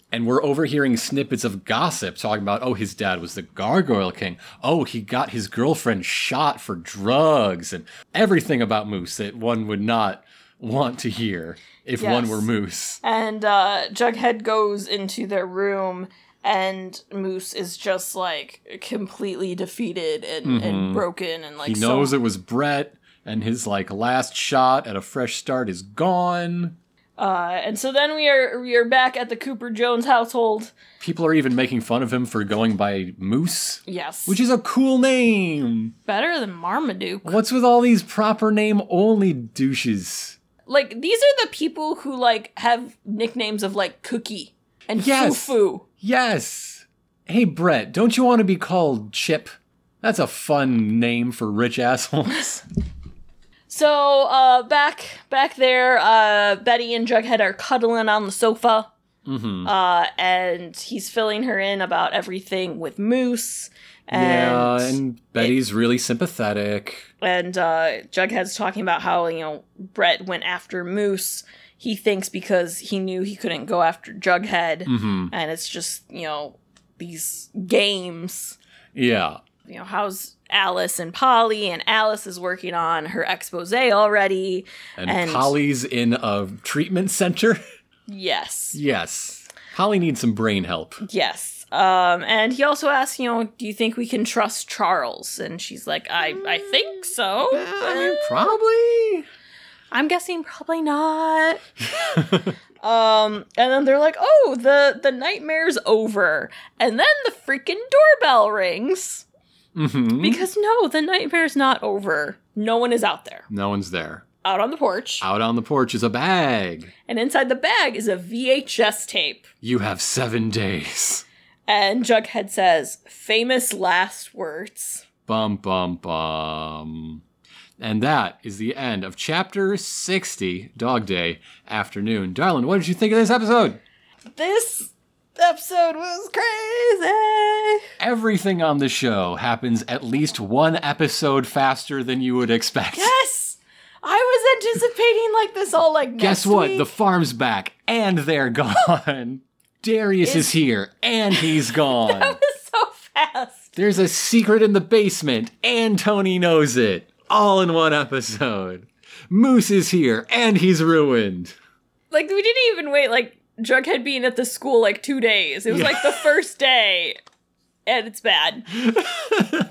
Speaker 3: and we're overhearing snippets of gossip talking about, oh, his dad was the Gargoyle King. Oh, he got his girlfriend shot for drugs and everything about Moose that one would not want to hear if
Speaker 2: Yes.
Speaker 3: one were Moose.
Speaker 2: And uh, Jughead goes into their room, and Moose is just like completely defeated and, and broken, and like
Speaker 3: Mm-hmm. He
Speaker 2: so
Speaker 3: knows it was Brett, and his like last shot at a fresh start is gone.
Speaker 2: Uh, and so then we are we are back at the Cooper Jones household.
Speaker 3: People are even making fun of him for going by Moose,
Speaker 2: Yes,
Speaker 3: which is a cool name.
Speaker 2: better than Marmaduke.
Speaker 3: What's with all these proper name only douches?
Speaker 2: like these are the people who like have nicknames of like cookie and
Speaker 3: Yes.
Speaker 2: foo foo.
Speaker 3: Yes. Hey, Brett, don't you want to be called Chip? That's a fun name for rich assholes.
Speaker 2: So uh back back there, uh Betty and Jughead are cuddling on the sofa.
Speaker 3: Mhm.
Speaker 2: Uh and he's filling her in about everything with Moose and
Speaker 3: yeah, and Betty's really sympathetic.
Speaker 2: and uh, Jughead's talking about how you know Brett went after Moose. He thinks because he knew he couldn't go after Jughead,
Speaker 3: Mhm.
Speaker 2: and it's just you know these games.
Speaker 3: Yeah.
Speaker 2: You know how's Alice and Polly, and Alice is working on her expose already.
Speaker 3: And,
Speaker 2: And-
Speaker 3: Polly's in a treatment center.
Speaker 2: Yes,
Speaker 3: yes. Polly needs some brain help.
Speaker 2: yes. Um, and he also asks, you know, do you think we can trust Charles? And she's like, I, I think so. Uh-huh.
Speaker 3: Probably.
Speaker 2: I'm guessing probably not. um, and then they're like, "Oh, the the nightmare's over." And then the freaking doorbell rings
Speaker 3: Mhm.
Speaker 2: because no, the nightmare's not over. No one is out there.
Speaker 3: no one's there.
Speaker 2: Out on the porch,
Speaker 3: Out on the porch is a bag.
Speaker 2: and inside the bag is a VHS tape.
Speaker 3: You have seven days.
Speaker 2: And Jughead says, "Famous last words."
Speaker 3: Bum, bum, bum. And that is the end of chapter 60, Dog Day Afternoon. Darlin, what did you think of this episode?
Speaker 2: This episode was crazy.
Speaker 3: Everything on the show happens at least one episode faster than you would expect.
Speaker 2: Yes. I was anticipating like this all like next
Speaker 3: Guess what?
Speaker 2: week.
Speaker 3: The farm's back, and they're gone. Darius is here and he's gone.
Speaker 2: so fast.
Speaker 3: There's a secret in the basement and Tony knows it. All in one episode. Moose is here and he's ruined.
Speaker 2: Like we didn't even wait like Jughead being at the school like two days. It was like the first day. And it's bad.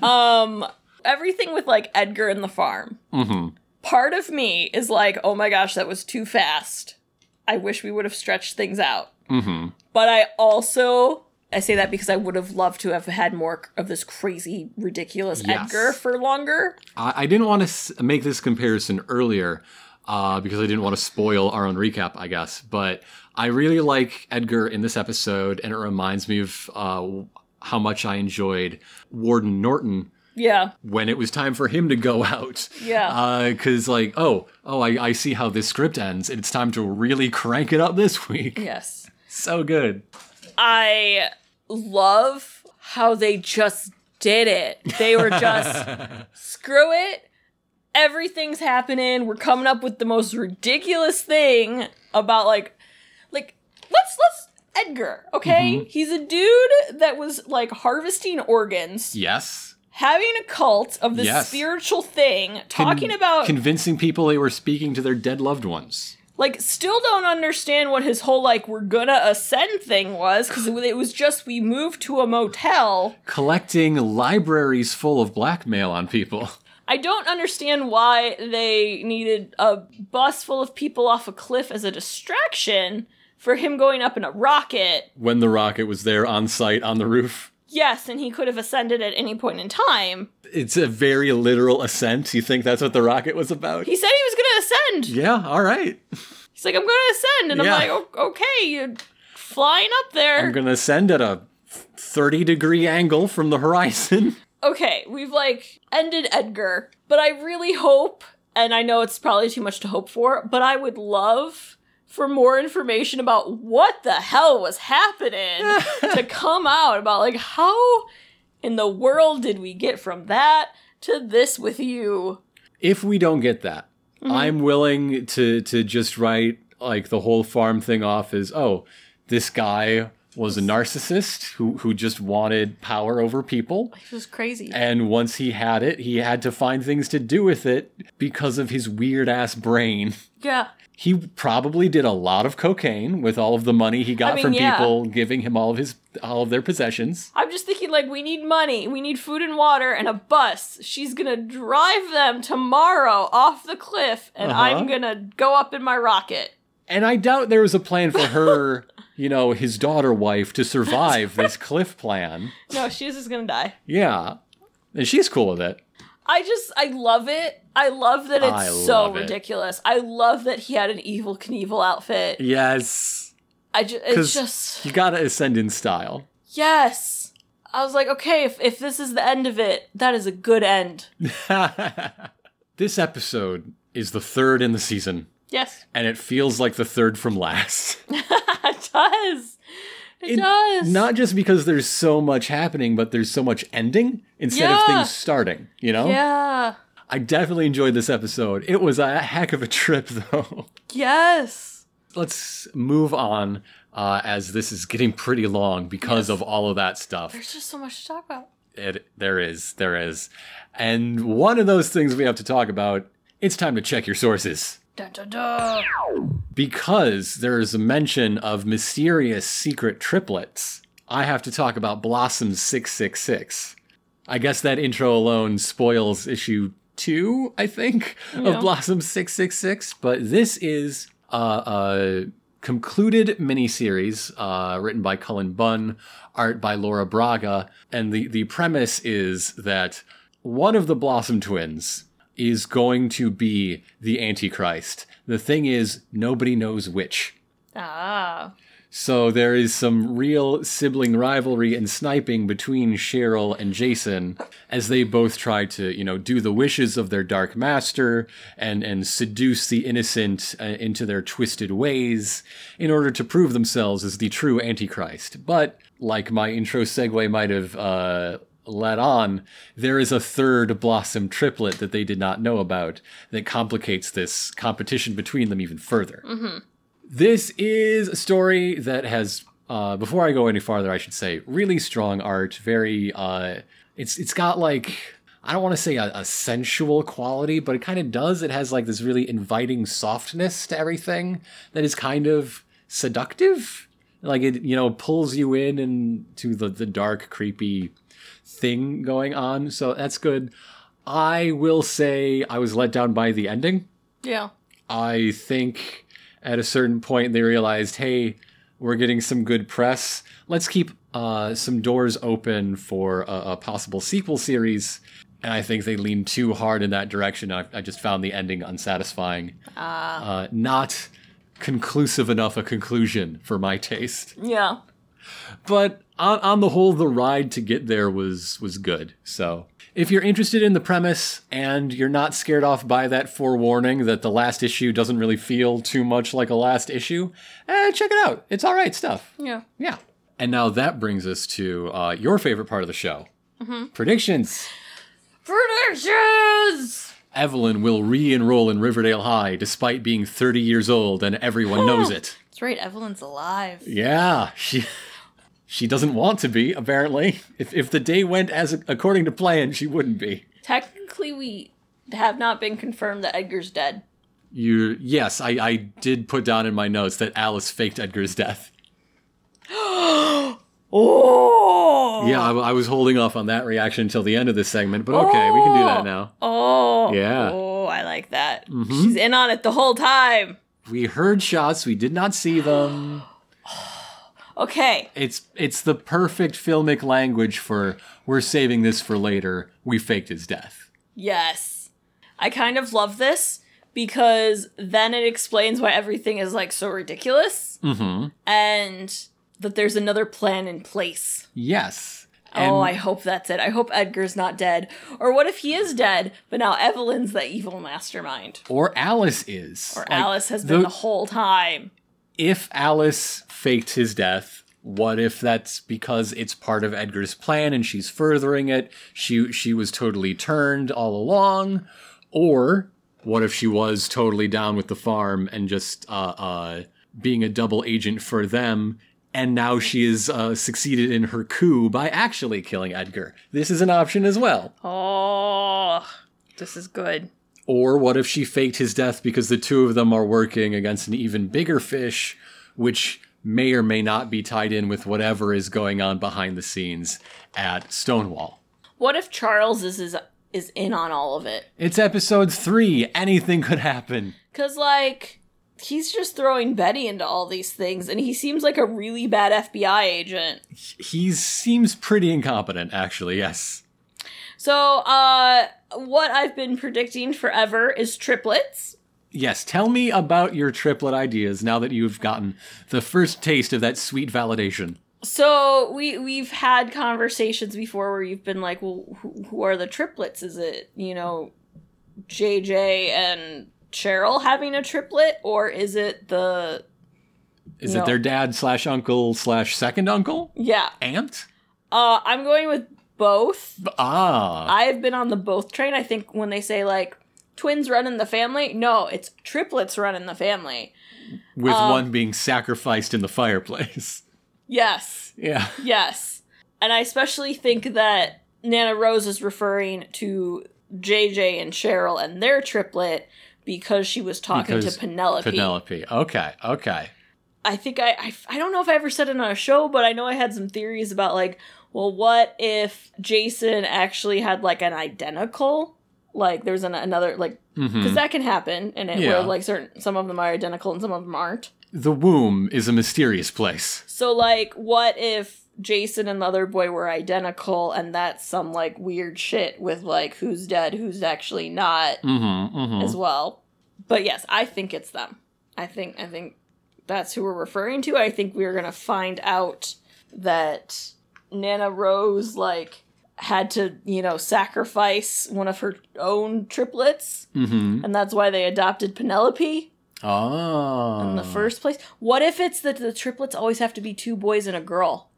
Speaker 2: um everything with like Edgar and the farm.
Speaker 3: hmm
Speaker 2: Part of me is like, oh my gosh, that was too fast. I wish we would have stretched things out.
Speaker 3: hmm
Speaker 2: But I also I say that because I would have loved to have had more c- of this crazy, ridiculous
Speaker 3: Yes.
Speaker 2: Edgar for longer.
Speaker 3: I, I didn't want to s- make this comparison earlier uh, because I didn't want to spoil our own recap, I guess. But I really like Edgar in this episode, and it reminds me of uh, how much I enjoyed Warden Norton
Speaker 2: Yeah,
Speaker 3: when it was time for him to go out.
Speaker 2: Yeah.
Speaker 3: Because, like, oh, oh, I, I see how this script ends, and it's time to really crank it up this week.
Speaker 2: yes.
Speaker 3: so good.
Speaker 2: I love how they just did it. They were just screw it. Everything's happening. We're coming up with the most ridiculous thing about like like let's let's Edgar, okay?
Speaker 3: Mm-hmm.
Speaker 2: He's a dude that was like harvesting organs,
Speaker 3: yes.
Speaker 2: having a cult of this
Speaker 3: Yes.
Speaker 2: spiritual thing, talking
Speaker 3: Con-
Speaker 2: about
Speaker 3: convincing people they were speaking to their dead loved ones.
Speaker 2: like still don't understand what his whole like we're gonna ascend thing was because it was just we moved to a motel
Speaker 3: collecting libraries full of blackmail on people.
Speaker 2: i don't understand why they needed a bus full of people off a cliff as a distraction for him going up in a rocket
Speaker 3: When the rocket was there on site on the roof.
Speaker 2: yes and he could have ascended at any point in time
Speaker 3: It's a very literal ascent. You think that's what the rocket was about?
Speaker 2: he said he was gonna ascend
Speaker 3: yeah, all right.
Speaker 2: he's like i'm gonna ascend and
Speaker 3: Yeah.
Speaker 2: i'm like "O- okay you're flying up there
Speaker 3: I'm going to ascend at a 30 degree angle from the horizon.
Speaker 2: okay, we've like ended Edgar, but I really hope, and I know it's probably too much to hope for, but I would love for more information about what the hell was happening to come out about like how in the world did we get from that to this with you?
Speaker 3: If we don't get that, I'm willing to to just write like the whole farm thing off as oh, this guy was a narcissist who who just wanted power over people.
Speaker 2: It was crazy.
Speaker 3: And once he had it, he had to find things to do with it because of his weird ass brain.
Speaker 2: Yeah.
Speaker 3: He probably did a lot of cocaine with all of the money he got
Speaker 2: I mean,
Speaker 3: from
Speaker 2: yeah.
Speaker 3: people giving him all of his all of their possessions.
Speaker 2: I'm just thinking, like, we need money, we need food and water, and a bus. She's gonna drive them tomorrow off the cliff, and
Speaker 3: Uh-huh.
Speaker 2: I'm gonna go up in my rocket.
Speaker 3: And I doubt there was a plan for her, you know, his daughter wife to survive this cliff plan.
Speaker 2: No, she's just gonna die.
Speaker 3: Yeah. And she's cool with it.
Speaker 2: I just I love it. I love that it's
Speaker 3: I
Speaker 2: so
Speaker 3: love it.
Speaker 2: ridiculous. I love that he had an evil Knievel outfit.
Speaker 3: Yes.
Speaker 2: I just
Speaker 3: 'Cause-
Speaker 2: it's just
Speaker 3: You gotta ascend in style.
Speaker 2: yes. I was like, okay, if if this is the end of it, that is a good end.
Speaker 3: this episode is the third in the season,
Speaker 2: Yes,
Speaker 3: and it feels like the third from last.
Speaker 2: it does. It,
Speaker 3: It-
Speaker 2: does.
Speaker 3: Not just because there's so much happening, but there's so much ending instead of
Speaker 2: Yeah.
Speaker 3: things starting, you know?
Speaker 2: yeah.
Speaker 3: I definitely enjoyed this episode. It was a heck of a trip, though.
Speaker 2: Yes.
Speaker 3: Let's move on uh, as this is getting pretty long because of all of that stuff.
Speaker 2: There's just so much to talk about.
Speaker 3: It, there is, there is. And one of those things we have to talk about it's time to check your sources.
Speaker 2: Dun, dun, dun.
Speaker 3: Because there is a mention of mysterious secret triplets, I have to talk about Blossom 666. I guess that intro alone spoils issue two, I think, of Blossom 666. But this is uh, a concluded miniseries uh, written by Cullen Bunn, art by Laura Braga. And the, the premise is that one of the Blossom twins is going to be the Antichrist. The thing is, nobody knows which.
Speaker 2: Ah.
Speaker 3: So there is some real sibling rivalry and sniping between Cheryl and Jason as they both try to, you know, do the wishes of their dark master and and seduce the innocent uh, into their twisted ways in order to prove themselves as the true antichrist. But like my intro segue might have uh let on, there is a third blossom triplet that they did not know about that complicates this competition between them even further. This is a story that has Uh, before I go any farther, I should say really strong art. Very, uh, it's it's got like I don't want to say a, a sensual quality, but it kind of does. It has like this really inviting softness to everything that is kind of seductive. Like it, you know, pulls you in and to the the dark, creepy thing going on. So that's good. I will say I was let down by the ending.
Speaker 2: Yeah.
Speaker 3: I think at a certain point they realized, hey, we're getting some good press. Let's keep uh, some doors open for a, a possible sequel series. And I think they leaned too hard in that direction. I, I just found the ending unsatisfying. Uh, not conclusive enough a conclusion for my taste.
Speaker 2: Yeah.
Speaker 3: But on, on the whole, the ride to get there was was good. So if you're interested in the premise and you're not scared off by that forewarning that the last issue doesn't really feel too much like a last issue, eh, check it out. It's all right stuff.
Speaker 2: Yeah.
Speaker 3: Yeah. And now that brings us to uh, your favorite part of the show predictions.
Speaker 2: Predictions!
Speaker 3: Evelyn will re enroll in Riverdale High despite being 30 years old and everyone knows it.
Speaker 4: That's right, Evelyn's alive.
Speaker 3: Yeah, she she doesn't want to be apparently. If if the day went as according to plan, she wouldn't be.
Speaker 2: Technically, we have not been confirmed that Edgar's dead.
Speaker 3: You yes, I I did put down in my notes that Alice faked Edgar's death.
Speaker 2: Oh!
Speaker 3: Yeah, I, I was holding off on that reaction until the end of this segment, but okay, we can do that now.
Speaker 2: Oh!
Speaker 3: Yeah. Mm-hmm.
Speaker 2: Oh, I like that. She's in on it the whole time.
Speaker 3: We heard shots, we did not see them.
Speaker 2: Okay.
Speaker 3: It's it's the perfect filmic language for we're saving this for later. We faked his death.
Speaker 2: Yes. I kind of love this because then it explains why everything is like so ridiculous
Speaker 3: Mhm.
Speaker 2: and that there's another plan in place.
Speaker 3: Yes.
Speaker 2: oh, I hope that's it. I hope Edgar's not dead. Or what if he is dead, but now Evelyn's the evil mastermind?
Speaker 3: or Alice is.
Speaker 2: Or
Speaker 3: Like,
Speaker 2: Alice has been
Speaker 3: the-
Speaker 2: the whole time.
Speaker 3: if Alice faked his death, what if that's because it's part of Edgar's plan and she's furthering it? She she was totally turned all along, or what if she was totally down with the farm and just uh, uh, being a double agent for them? And now she has uh, succeeded in her coup by actually killing Edgar. This is an option as well.
Speaker 2: Oh, this is good.
Speaker 3: Or what if she faked his death because the two of them are working against an even bigger fish, which may or may not be tied in with whatever is going on behind the scenes at Stonewall?
Speaker 2: What if Charles is is, is in on all of it?
Speaker 3: It's episode three. Anything could happen.
Speaker 2: Cuz like he's just throwing Betty into all these things and he seems like a really bad FBI agent.
Speaker 3: He seems pretty incompetent, actually, yes.
Speaker 2: So, uh what I've been predicting forever is triplets.
Speaker 3: Yes, tell me about your triplet ideas now that you've gotten the first taste of that sweet validation.
Speaker 2: So we we've had conversations before where you've been like, well, who, who are the triplets? Is it you know, JJ and Cheryl having a triplet, or is it the
Speaker 3: Is
Speaker 2: No.
Speaker 3: it their dad slash uncle slash second uncle?
Speaker 2: yeah?
Speaker 3: Aunt?
Speaker 2: Uh, I'm going with both.
Speaker 3: Ah.
Speaker 2: I've been on the both train. I think when they say like twins run in the family, no, it's triplets run in the family.
Speaker 3: with
Speaker 2: Um,
Speaker 3: one being sacrificed in the fireplace.
Speaker 2: Yes,
Speaker 3: Yeah.
Speaker 2: yes, and I especially think that Nana Rose is referring to JJ and Cheryl and their triplet because she was talking
Speaker 3: Because
Speaker 2: to Penelope.
Speaker 3: Penelope. Okay. Okay.
Speaker 2: I think I, I I don't know if I ever said it on a show, but I know I had some theories about like, well, what if Jason actually had like an identical, like there's an, another like because
Speaker 3: hmm
Speaker 2: that can happen, and it
Speaker 3: Yeah.
Speaker 2: where like certain some of them are identical and some of them aren't.
Speaker 3: The womb is a mysterious place.
Speaker 2: So like, what if Jason and the other boy were identical, and that's some like weird shit with like who's dead, who's actually not,
Speaker 3: Mm-hmm. Mm-hmm.
Speaker 2: as well. But yes, I think it's them. I think I think that's who we're referring to. I think we're gonna find out that Nana Rose like had to, you know, sacrifice one of her own triplets,
Speaker 3: Mm-hmm.
Speaker 2: and that's why they adopted Penelope
Speaker 3: Oh.
Speaker 2: in the first place. What if it's that the triplets always have to be two boys and a girl?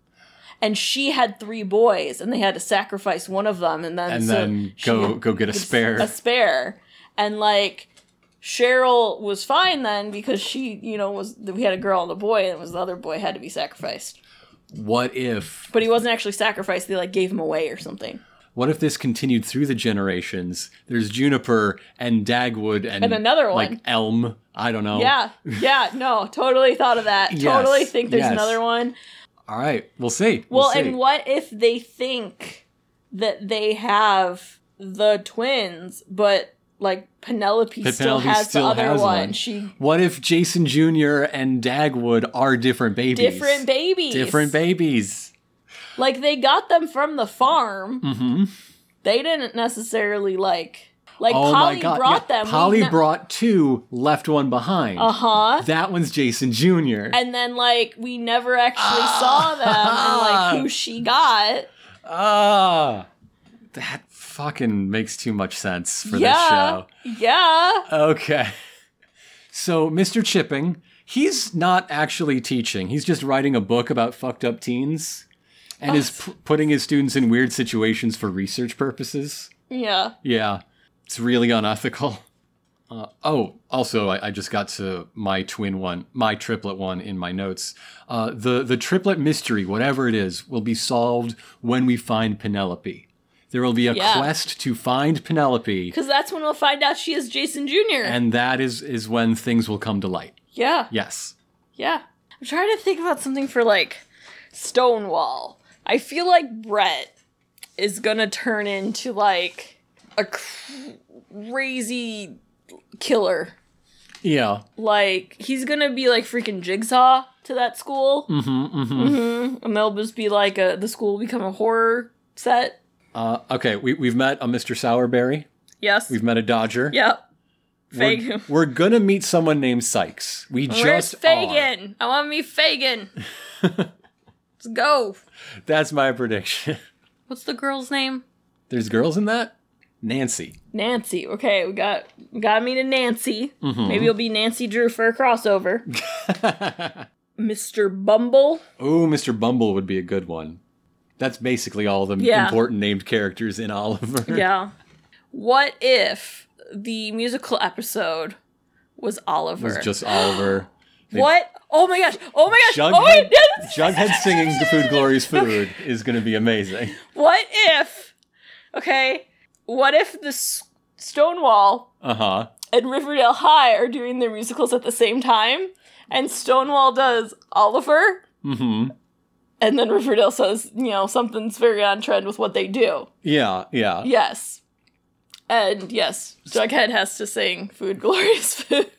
Speaker 2: And she had three boys, and they had to sacrifice one of them, and then
Speaker 3: And
Speaker 2: so
Speaker 3: then
Speaker 2: she
Speaker 3: go
Speaker 2: had-
Speaker 3: go get a spare.
Speaker 2: a spare and like Cheryl was fine then because she, you know, was we had a girl and a boy, and it was the other boy had to be sacrificed.
Speaker 3: What if
Speaker 2: But he wasn't actually sacrificed; they like gave him away or something.
Speaker 3: what if this continued through the generations? There's juniper and dagwood and,
Speaker 2: And another
Speaker 3: like
Speaker 2: one.
Speaker 3: elm. I don't know.
Speaker 2: Yeah, yeah, no, totally thought of that.
Speaker 3: Oh. Yes,
Speaker 2: totally think there's
Speaker 3: yes.
Speaker 2: another one.
Speaker 3: All right, we'll see.
Speaker 2: Well,
Speaker 3: see.
Speaker 2: and what if they think that they have the twins, but like Penelope,
Speaker 3: But
Speaker 2: still
Speaker 3: Penelope
Speaker 2: has
Speaker 3: still
Speaker 2: the other
Speaker 3: has
Speaker 2: one.
Speaker 3: one.
Speaker 2: She
Speaker 3: What if Jason Jr. and Dagwood are different babies?
Speaker 2: different babies,
Speaker 3: Different babies.
Speaker 2: Like they got them from the farm.
Speaker 3: Mm-hmm.
Speaker 2: They didn't necessarily like like
Speaker 3: oh
Speaker 2: Polly
Speaker 3: my God!
Speaker 2: brought
Speaker 3: yeah.
Speaker 2: them.
Speaker 3: Polly brought two, left one behind.
Speaker 2: Uh huh.
Speaker 3: That one's Jason Jr.
Speaker 2: And then like we never actually saw them and like who she got.
Speaker 3: Ah, that fucking makes too much sense for
Speaker 2: yeah. Yeah.
Speaker 3: this show. Okay. So, Mr. Chipping, he's not actually teaching. He's just writing a book about fucked up teens and
Speaker 2: Oh.
Speaker 3: is p- putting his students in weird situations for research purposes.
Speaker 2: Yeah.
Speaker 3: Yeah, it's really unethical. Uh, oh, also, I, I just got to my twin one, my triplet one in my notes. Uh, the the triplet mystery, whatever it is, will be solved when we find Penelope. There will be a
Speaker 2: Yeah.
Speaker 3: quest to find Penelope,
Speaker 2: Cause that's when we'll find out she is Jason Jr.
Speaker 3: and that is is when things will come to light.
Speaker 2: yeah.
Speaker 3: Yes.
Speaker 2: Yeah. I'm trying to think about something for like Stonewall. I feel like Brett is gonna turn into like a cr- crazy killer.
Speaker 3: Yeah.
Speaker 2: Like he's gonna be like freaking jigsaw to that school,
Speaker 3: Mm-hmm, hmm
Speaker 2: and they'll just be like a the school will become a horror set.
Speaker 3: Uh, okay, we, we've met a Mr. Sourberry.
Speaker 2: Yes.
Speaker 3: We've met a Dodger.
Speaker 2: yep.
Speaker 3: We're,
Speaker 2: Fagan.
Speaker 3: we're gonna meet someone named Sykes. We
Speaker 2: Where's
Speaker 3: just are.
Speaker 2: Fagin? I want to meet Fagin. Let's go.
Speaker 3: That's my prediction.
Speaker 2: What's the girl's name?
Speaker 3: There's girls in that? Nancy.
Speaker 2: Nancy. Okay, we got we got me to Nancy. Maybe it'll be Nancy Drew for a crossover. Mr. Bumble.
Speaker 3: Oh, Mr. Bumble would be a good one. That's basically all the
Speaker 2: Yeah.
Speaker 3: important named characters in Oliver.
Speaker 2: Yeah. What if the musical episode was Oliver?
Speaker 3: It's just Oliver.
Speaker 2: what? Oh my gosh! Oh my gosh! oh my
Speaker 3: Jughead,
Speaker 2: goodness!
Speaker 3: Jughead singing the Food Glory's Food is going to be amazing.
Speaker 2: What if? Okay. What if the S- Stonewall
Speaker 3: Uh huh.
Speaker 2: and Riverdale High are doing their musicals at the same time, and Stonewall does Oliver?
Speaker 3: hmm.
Speaker 2: And then Riverdale says, you know, something's very on trend with what they do.
Speaker 3: Yeah, yeah.
Speaker 2: Yes. And yes, Jughead has to sing Food Glorious Food.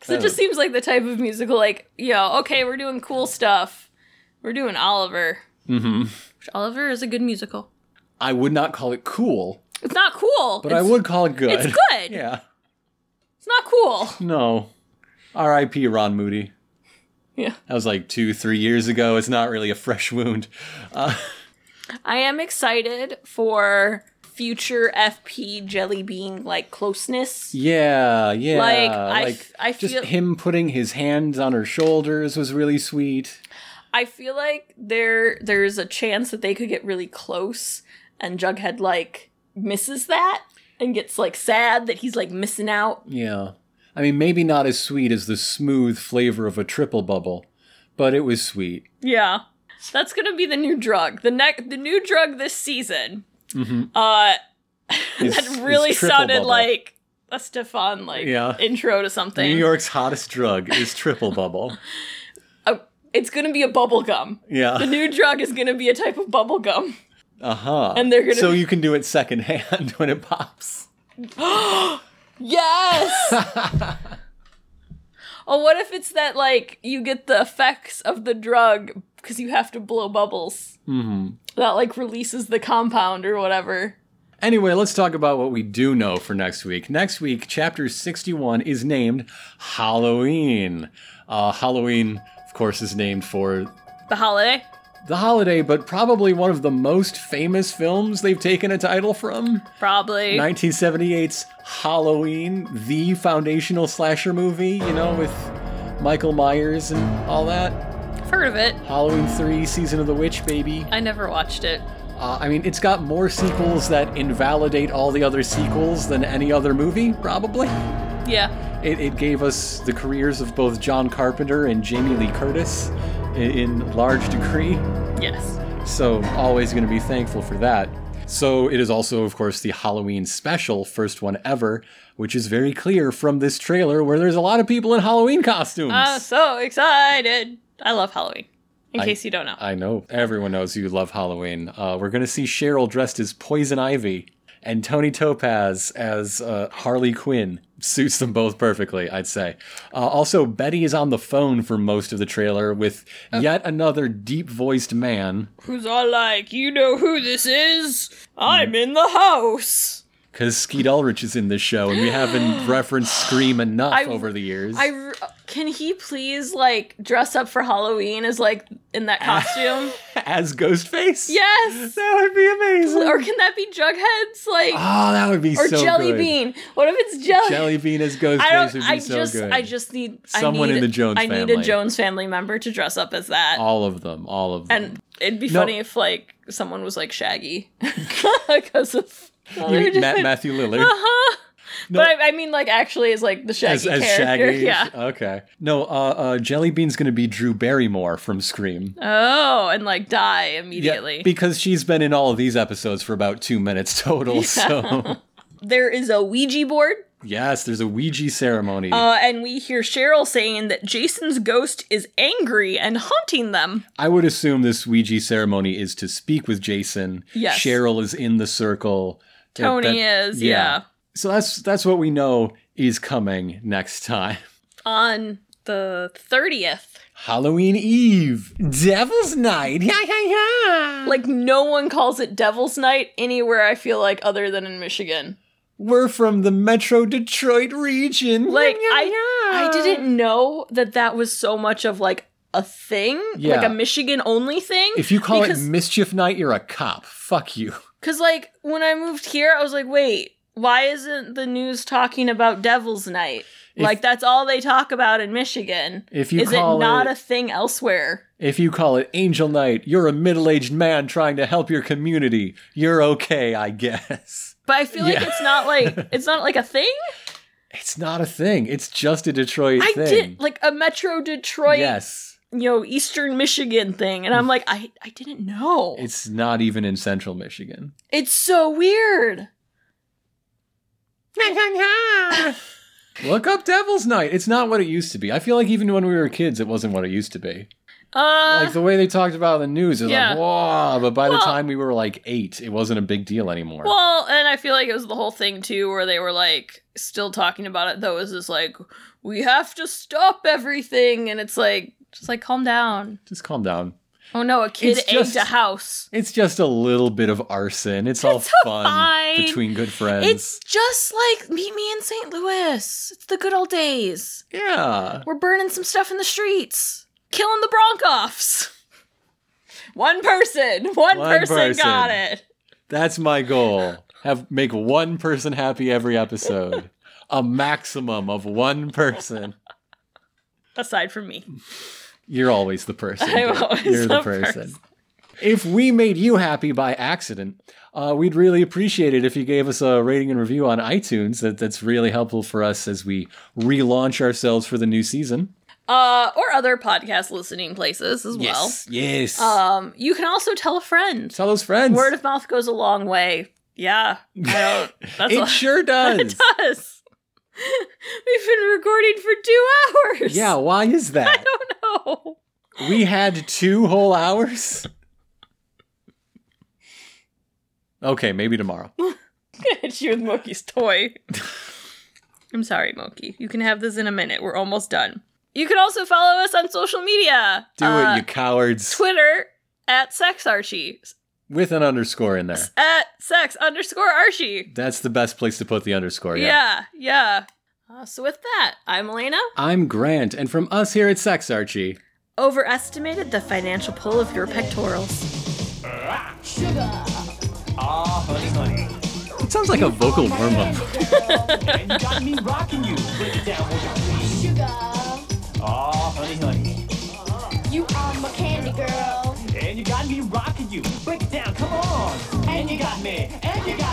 Speaker 2: Because it just
Speaker 3: Oh.
Speaker 2: seems like the type of musical, like, yo, okay, we're doing cool stuff. We're doing Oliver.
Speaker 3: hmm.
Speaker 2: Which Oliver is a good musical.
Speaker 3: I would not call it cool,
Speaker 2: It's not cool.
Speaker 3: but I
Speaker 2: it's,
Speaker 3: would call it good.
Speaker 2: It's good.
Speaker 3: Yeah.
Speaker 2: It's not cool.
Speaker 3: No. R.I.P. Ron Moody.
Speaker 2: Yeah.
Speaker 3: That was like two, three years ago. It's not really a fresh wound.
Speaker 2: I am excited for future FP Jelly Bean, like, closeness.
Speaker 3: Yeah, yeah.
Speaker 2: Like, I f- I
Speaker 3: just
Speaker 2: feel-
Speaker 3: him putting his hands on her shoulders was really sweet.
Speaker 2: I feel like there there's a chance that they could get really close and Jughead like misses that and gets like sad that he's like missing out.
Speaker 3: Yeah, I mean, maybe not as sweet as the smooth flavor of a triple bubble, but it was sweet.
Speaker 2: Yeah. That's gonna be the new drug. The neck the new drug this season. Uh
Speaker 3: Mm-hmm. It's-
Speaker 2: that
Speaker 3: it's
Speaker 2: really
Speaker 3: triple
Speaker 2: sounded
Speaker 3: bubble.
Speaker 2: like a Stefan like
Speaker 3: Yeah.
Speaker 2: intro to something.
Speaker 3: New York's hottest drug is triple bubble.
Speaker 2: Uh, it's gonna be a bubble gum. The
Speaker 3: Yeah,
Speaker 2: new drug is gonna be a type of bubble gum.
Speaker 3: uh huh.
Speaker 2: And they're gonna-
Speaker 3: so you can do it secondhand when it pops.
Speaker 2: Yes. oh, what if it's that like you get the effects of the drug because you have to blow bubbles
Speaker 3: hmm
Speaker 2: that like releases the compound or whatever.
Speaker 3: Anyway, let's talk about what we do know for next week. Next week, chapter 61 is named Halloween. Uh, Halloween, of course, is named for
Speaker 2: The holiday.
Speaker 3: The Holiday, but probably one of the most famous films they've taken a title from.
Speaker 2: Probably.
Speaker 3: 1978's Halloween, the foundational slasher movie, you know, with Michael Myers and all that.
Speaker 2: I've heard of it.
Speaker 3: Halloween 3, Season of the Witch, baby.
Speaker 2: I never watched it.
Speaker 3: Uh, I mean, it's got more sequels that invalidate all the other sequels than any other movie, probably.
Speaker 2: Yeah.
Speaker 3: It, it gave us the careers of both John Carpenter and Jamie Lee Curtis i- in large degree.
Speaker 2: Yes.
Speaker 3: So, always going to be thankful for that. So, it is also, of course, the Halloween special, first one ever, which is very clear from this trailer where there's a lot of people in Halloween costumes.
Speaker 2: I'm so excited. I love Halloween. In
Speaker 3: I-
Speaker 2: case you don't know.
Speaker 3: I know. Everyone knows you love Halloween. Uh, we're going to see Cheryl dressed as Poison Ivy and Tony Topaz as uh, Harley Quinn. Suits them both perfectly, I'd say. Uh, also, Betty is on the phone for most of the trailer with yet another deep voiced man.
Speaker 2: Who's all like, you know who this is?
Speaker 3: Hmm.
Speaker 2: I'm in the house.
Speaker 3: Because Skeet Ulrich is in this show, and we haven't referenced Scream enough over the years.
Speaker 2: I r- can he please like dress up for Halloween as like in that
Speaker 3: Ah.
Speaker 2: costume?
Speaker 3: as Ghostface?
Speaker 2: yes.
Speaker 3: That would be amazing.
Speaker 2: Or can that be Jughead's like
Speaker 3: oh, that would be
Speaker 2: or
Speaker 3: so
Speaker 2: Jelly
Speaker 3: good.
Speaker 2: Bean? What if it's Jelly?
Speaker 3: Jelly Bean as Ghostface
Speaker 2: I
Speaker 3: would
Speaker 2: don't.
Speaker 3: be
Speaker 2: I
Speaker 3: so
Speaker 2: just.
Speaker 3: good.
Speaker 2: I just need
Speaker 3: Someone
Speaker 2: I
Speaker 3: in
Speaker 2: need,
Speaker 3: the Jones
Speaker 2: I need a
Speaker 3: family.
Speaker 2: Jones family member to dress up as that.
Speaker 3: all of them, all of them.
Speaker 2: and it'd be
Speaker 3: No.
Speaker 2: funny if like someone was like Shaggy because of.
Speaker 3: You mean Matt, Matthew Lillard
Speaker 2: Uh-huh.
Speaker 3: No.
Speaker 2: But I, I mean, like, actually, is like the
Speaker 3: as,
Speaker 2: Shaggy
Speaker 3: as
Speaker 2: character.
Speaker 3: Shaggy.
Speaker 2: Yeah.
Speaker 3: Okay. No, uh, uh, Jelly Bean's going to be Drew Barrymore from Scream.
Speaker 2: Oh, and like die
Speaker 3: Yeah,
Speaker 2: immediately.
Speaker 3: because she's been in all of these episodes for about two minutes total. So
Speaker 2: there is a Ouija board,
Speaker 3: yes, there's a Ouija ceremony.
Speaker 2: uh, and we hear Cheryl saying that Jason's ghost is angry and haunting them.
Speaker 3: I would assume this Ouija ceremony is to speak with Jason.
Speaker 2: Yes.
Speaker 3: Cheryl is in the circle. That-
Speaker 2: Tony
Speaker 3: that-
Speaker 2: is, yeah.
Speaker 3: So that's that's what we know is coming next time.
Speaker 2: on the thirtieth.
Speaker 3: Halloween Eve, Devil's Night. Yeah, yeah, yeah.
Speaker 2: Like, no one calls it Devil's Night anywhere. I feel like other than in Michigan.
Speaker 3: We're from the Metro Detroit region.
Speaker 2: Like,
Speaker 3: Yeah, yeah,
Speaker 2: I
Speaker 3: yeah.
Speaker 2: didn't know that that was so much of like a thing, like
Speaker 3: Yeah.
Speaker 2: a Michigan only thing.
Speaker 3: If you call
Speaker 2: because-
Speaker 3: it Mischief Night, you're a cop. Fuck you.
Speaker 2: Because, like, when I moved here, I was like, wait, why isn't the news talking about Devil's Night?
Speaker 3: If-
Speaker 2: like, that's all they talk about in Michigan.
Speaker 3: If you
Speaker 2: Is it
Speaker 3: call
Speaker 2: not
Speaker 3: it-
Speaker 2: a thing elsewhere?
Speaker 3: If you call it Angel Night, you're a middle-aged man trying to help your community. You're okay, I guess.
Speaker 2: But I feel like
Speaker 3: Yeah.
Speaker 2: it's not like it's not like a thing.
Speaker 3: It's not a thing. It's just a Detroit
Speaker 2: I
Speaker 3: thing.
Speaker 2: did like a Metro Detroit,
Speaker 3: Yes.
Speaker 2: you know, Eastern Michigan thing, and I'm like, I I didn't know. It's,
Speaker 3: It's not even in central Michigan.
Speaker 2: so weird. Um,
Speaker 3: Look up Devil's Night. It's not what it used to be. I feel like even when we were kids, it wasn't what it used to be.
Speaker 2: Uh,
Speaker 3: like the way they talked about it in the news is
Speaker 2: yeah.
Speaker 3: like, whoa. But by
Speaker 2: Well-
Speaker 3: the time we were like eight, it wasn't a big deal anymore.
Speaker 2: Well, and I feel like it was the whole thing too, where they were like still talking about it. Though is this like we have to stop everything, and it's like just like calm down.
Speaker 3: just calm down.
Speaker 2: Oh no, a kid
Speaker 3: It's
Speaker 2: egged
Speaker 3: just-
Speaker 2: a house.
Speaker 3: It's just a little bit of arson. It's all
Speaker 2: It's
Speaker 3: fun
Speaker 2: fine.
Speaker 3: between good friends.
Speaker 2: It's just like meet me in St. Louis. It's the good old days.
Speaker 3: yeah.
Speaker 2: We're burning some stuff in the streets, killing the Broncoffs. One person, one,
Speaker 3: One
Speaker 2: person, got
Speaker 3: person.
Speaker 2: it.
Speaker 3: That's my goal. Have make one person happy every episode. a maximum of one person.
Speaker 2: Aside from me,
Speaker 3: You're always the person.
Speaker 2: I'm
Speaker 3: dude.
Speaker 2: always
Speaker 3: You're the
Speaker 2: the
Speaker 3: person.
Speaker 2: person.
Speaker 3: If we made you happy by accident, uh, we'd really appreciate it if you gave us a rating and review on iTunes. That that's really helpful for us as we relaunch ourselves for the new season.
Speaker 2: uh, or other podcast listening places as
Speaker 3: yes.
Speaker 2: well. Um, you can also tell a friend.
Speaker 3: Tell those friends.
Speaker 2: Word of mouth goes a long way. Yeah. I don't, that's
Speaker 3: it
Speaker 2: all
Speaker 3: sure
Speaker 2: it
Speaker 3: does.
Speaker 2: does. We've been recording for two hours.
Speaker 3: Yeah, why is that?
Speaker 2: No.
Speaker 3: We had two whole hours. Okay, maybe tomorrow.
Speaker 2: gonna hit you with Moki's toy. I'm sorry, Moki. You can have this in a minute. We're almost done. You can also follow us on social media.
Speaker 3: Do
Speaker 2: Uh,
Speaker 3: it, you cowards.
Speaker 2: Twitter at sexarchie.
Speaker 3: With an underscore in there.
Speaker 2: At sex underscore archie.
Speaker 3: That's the best place to put the underscore. Oh, yeah.
Speaker 2: Yeah, yeah. Uh, so with that, I'm Elena.
Speaker 3: I'm Grant, and from us here at Sex Archie.
Speaker 2: Overestimated the financial pull of your pectorals.
Speaker 1: Ah, honey, honey.
Speaker 3: It sounds like a vocal warm up.
Speaker 1: And you got me rocking you. Break it down, will you? Ah, honey, honey.
Speaker 7: You are my candy girl.
Speaker 1: And you got me rocking you. Break it down, come on. And you got me. And you got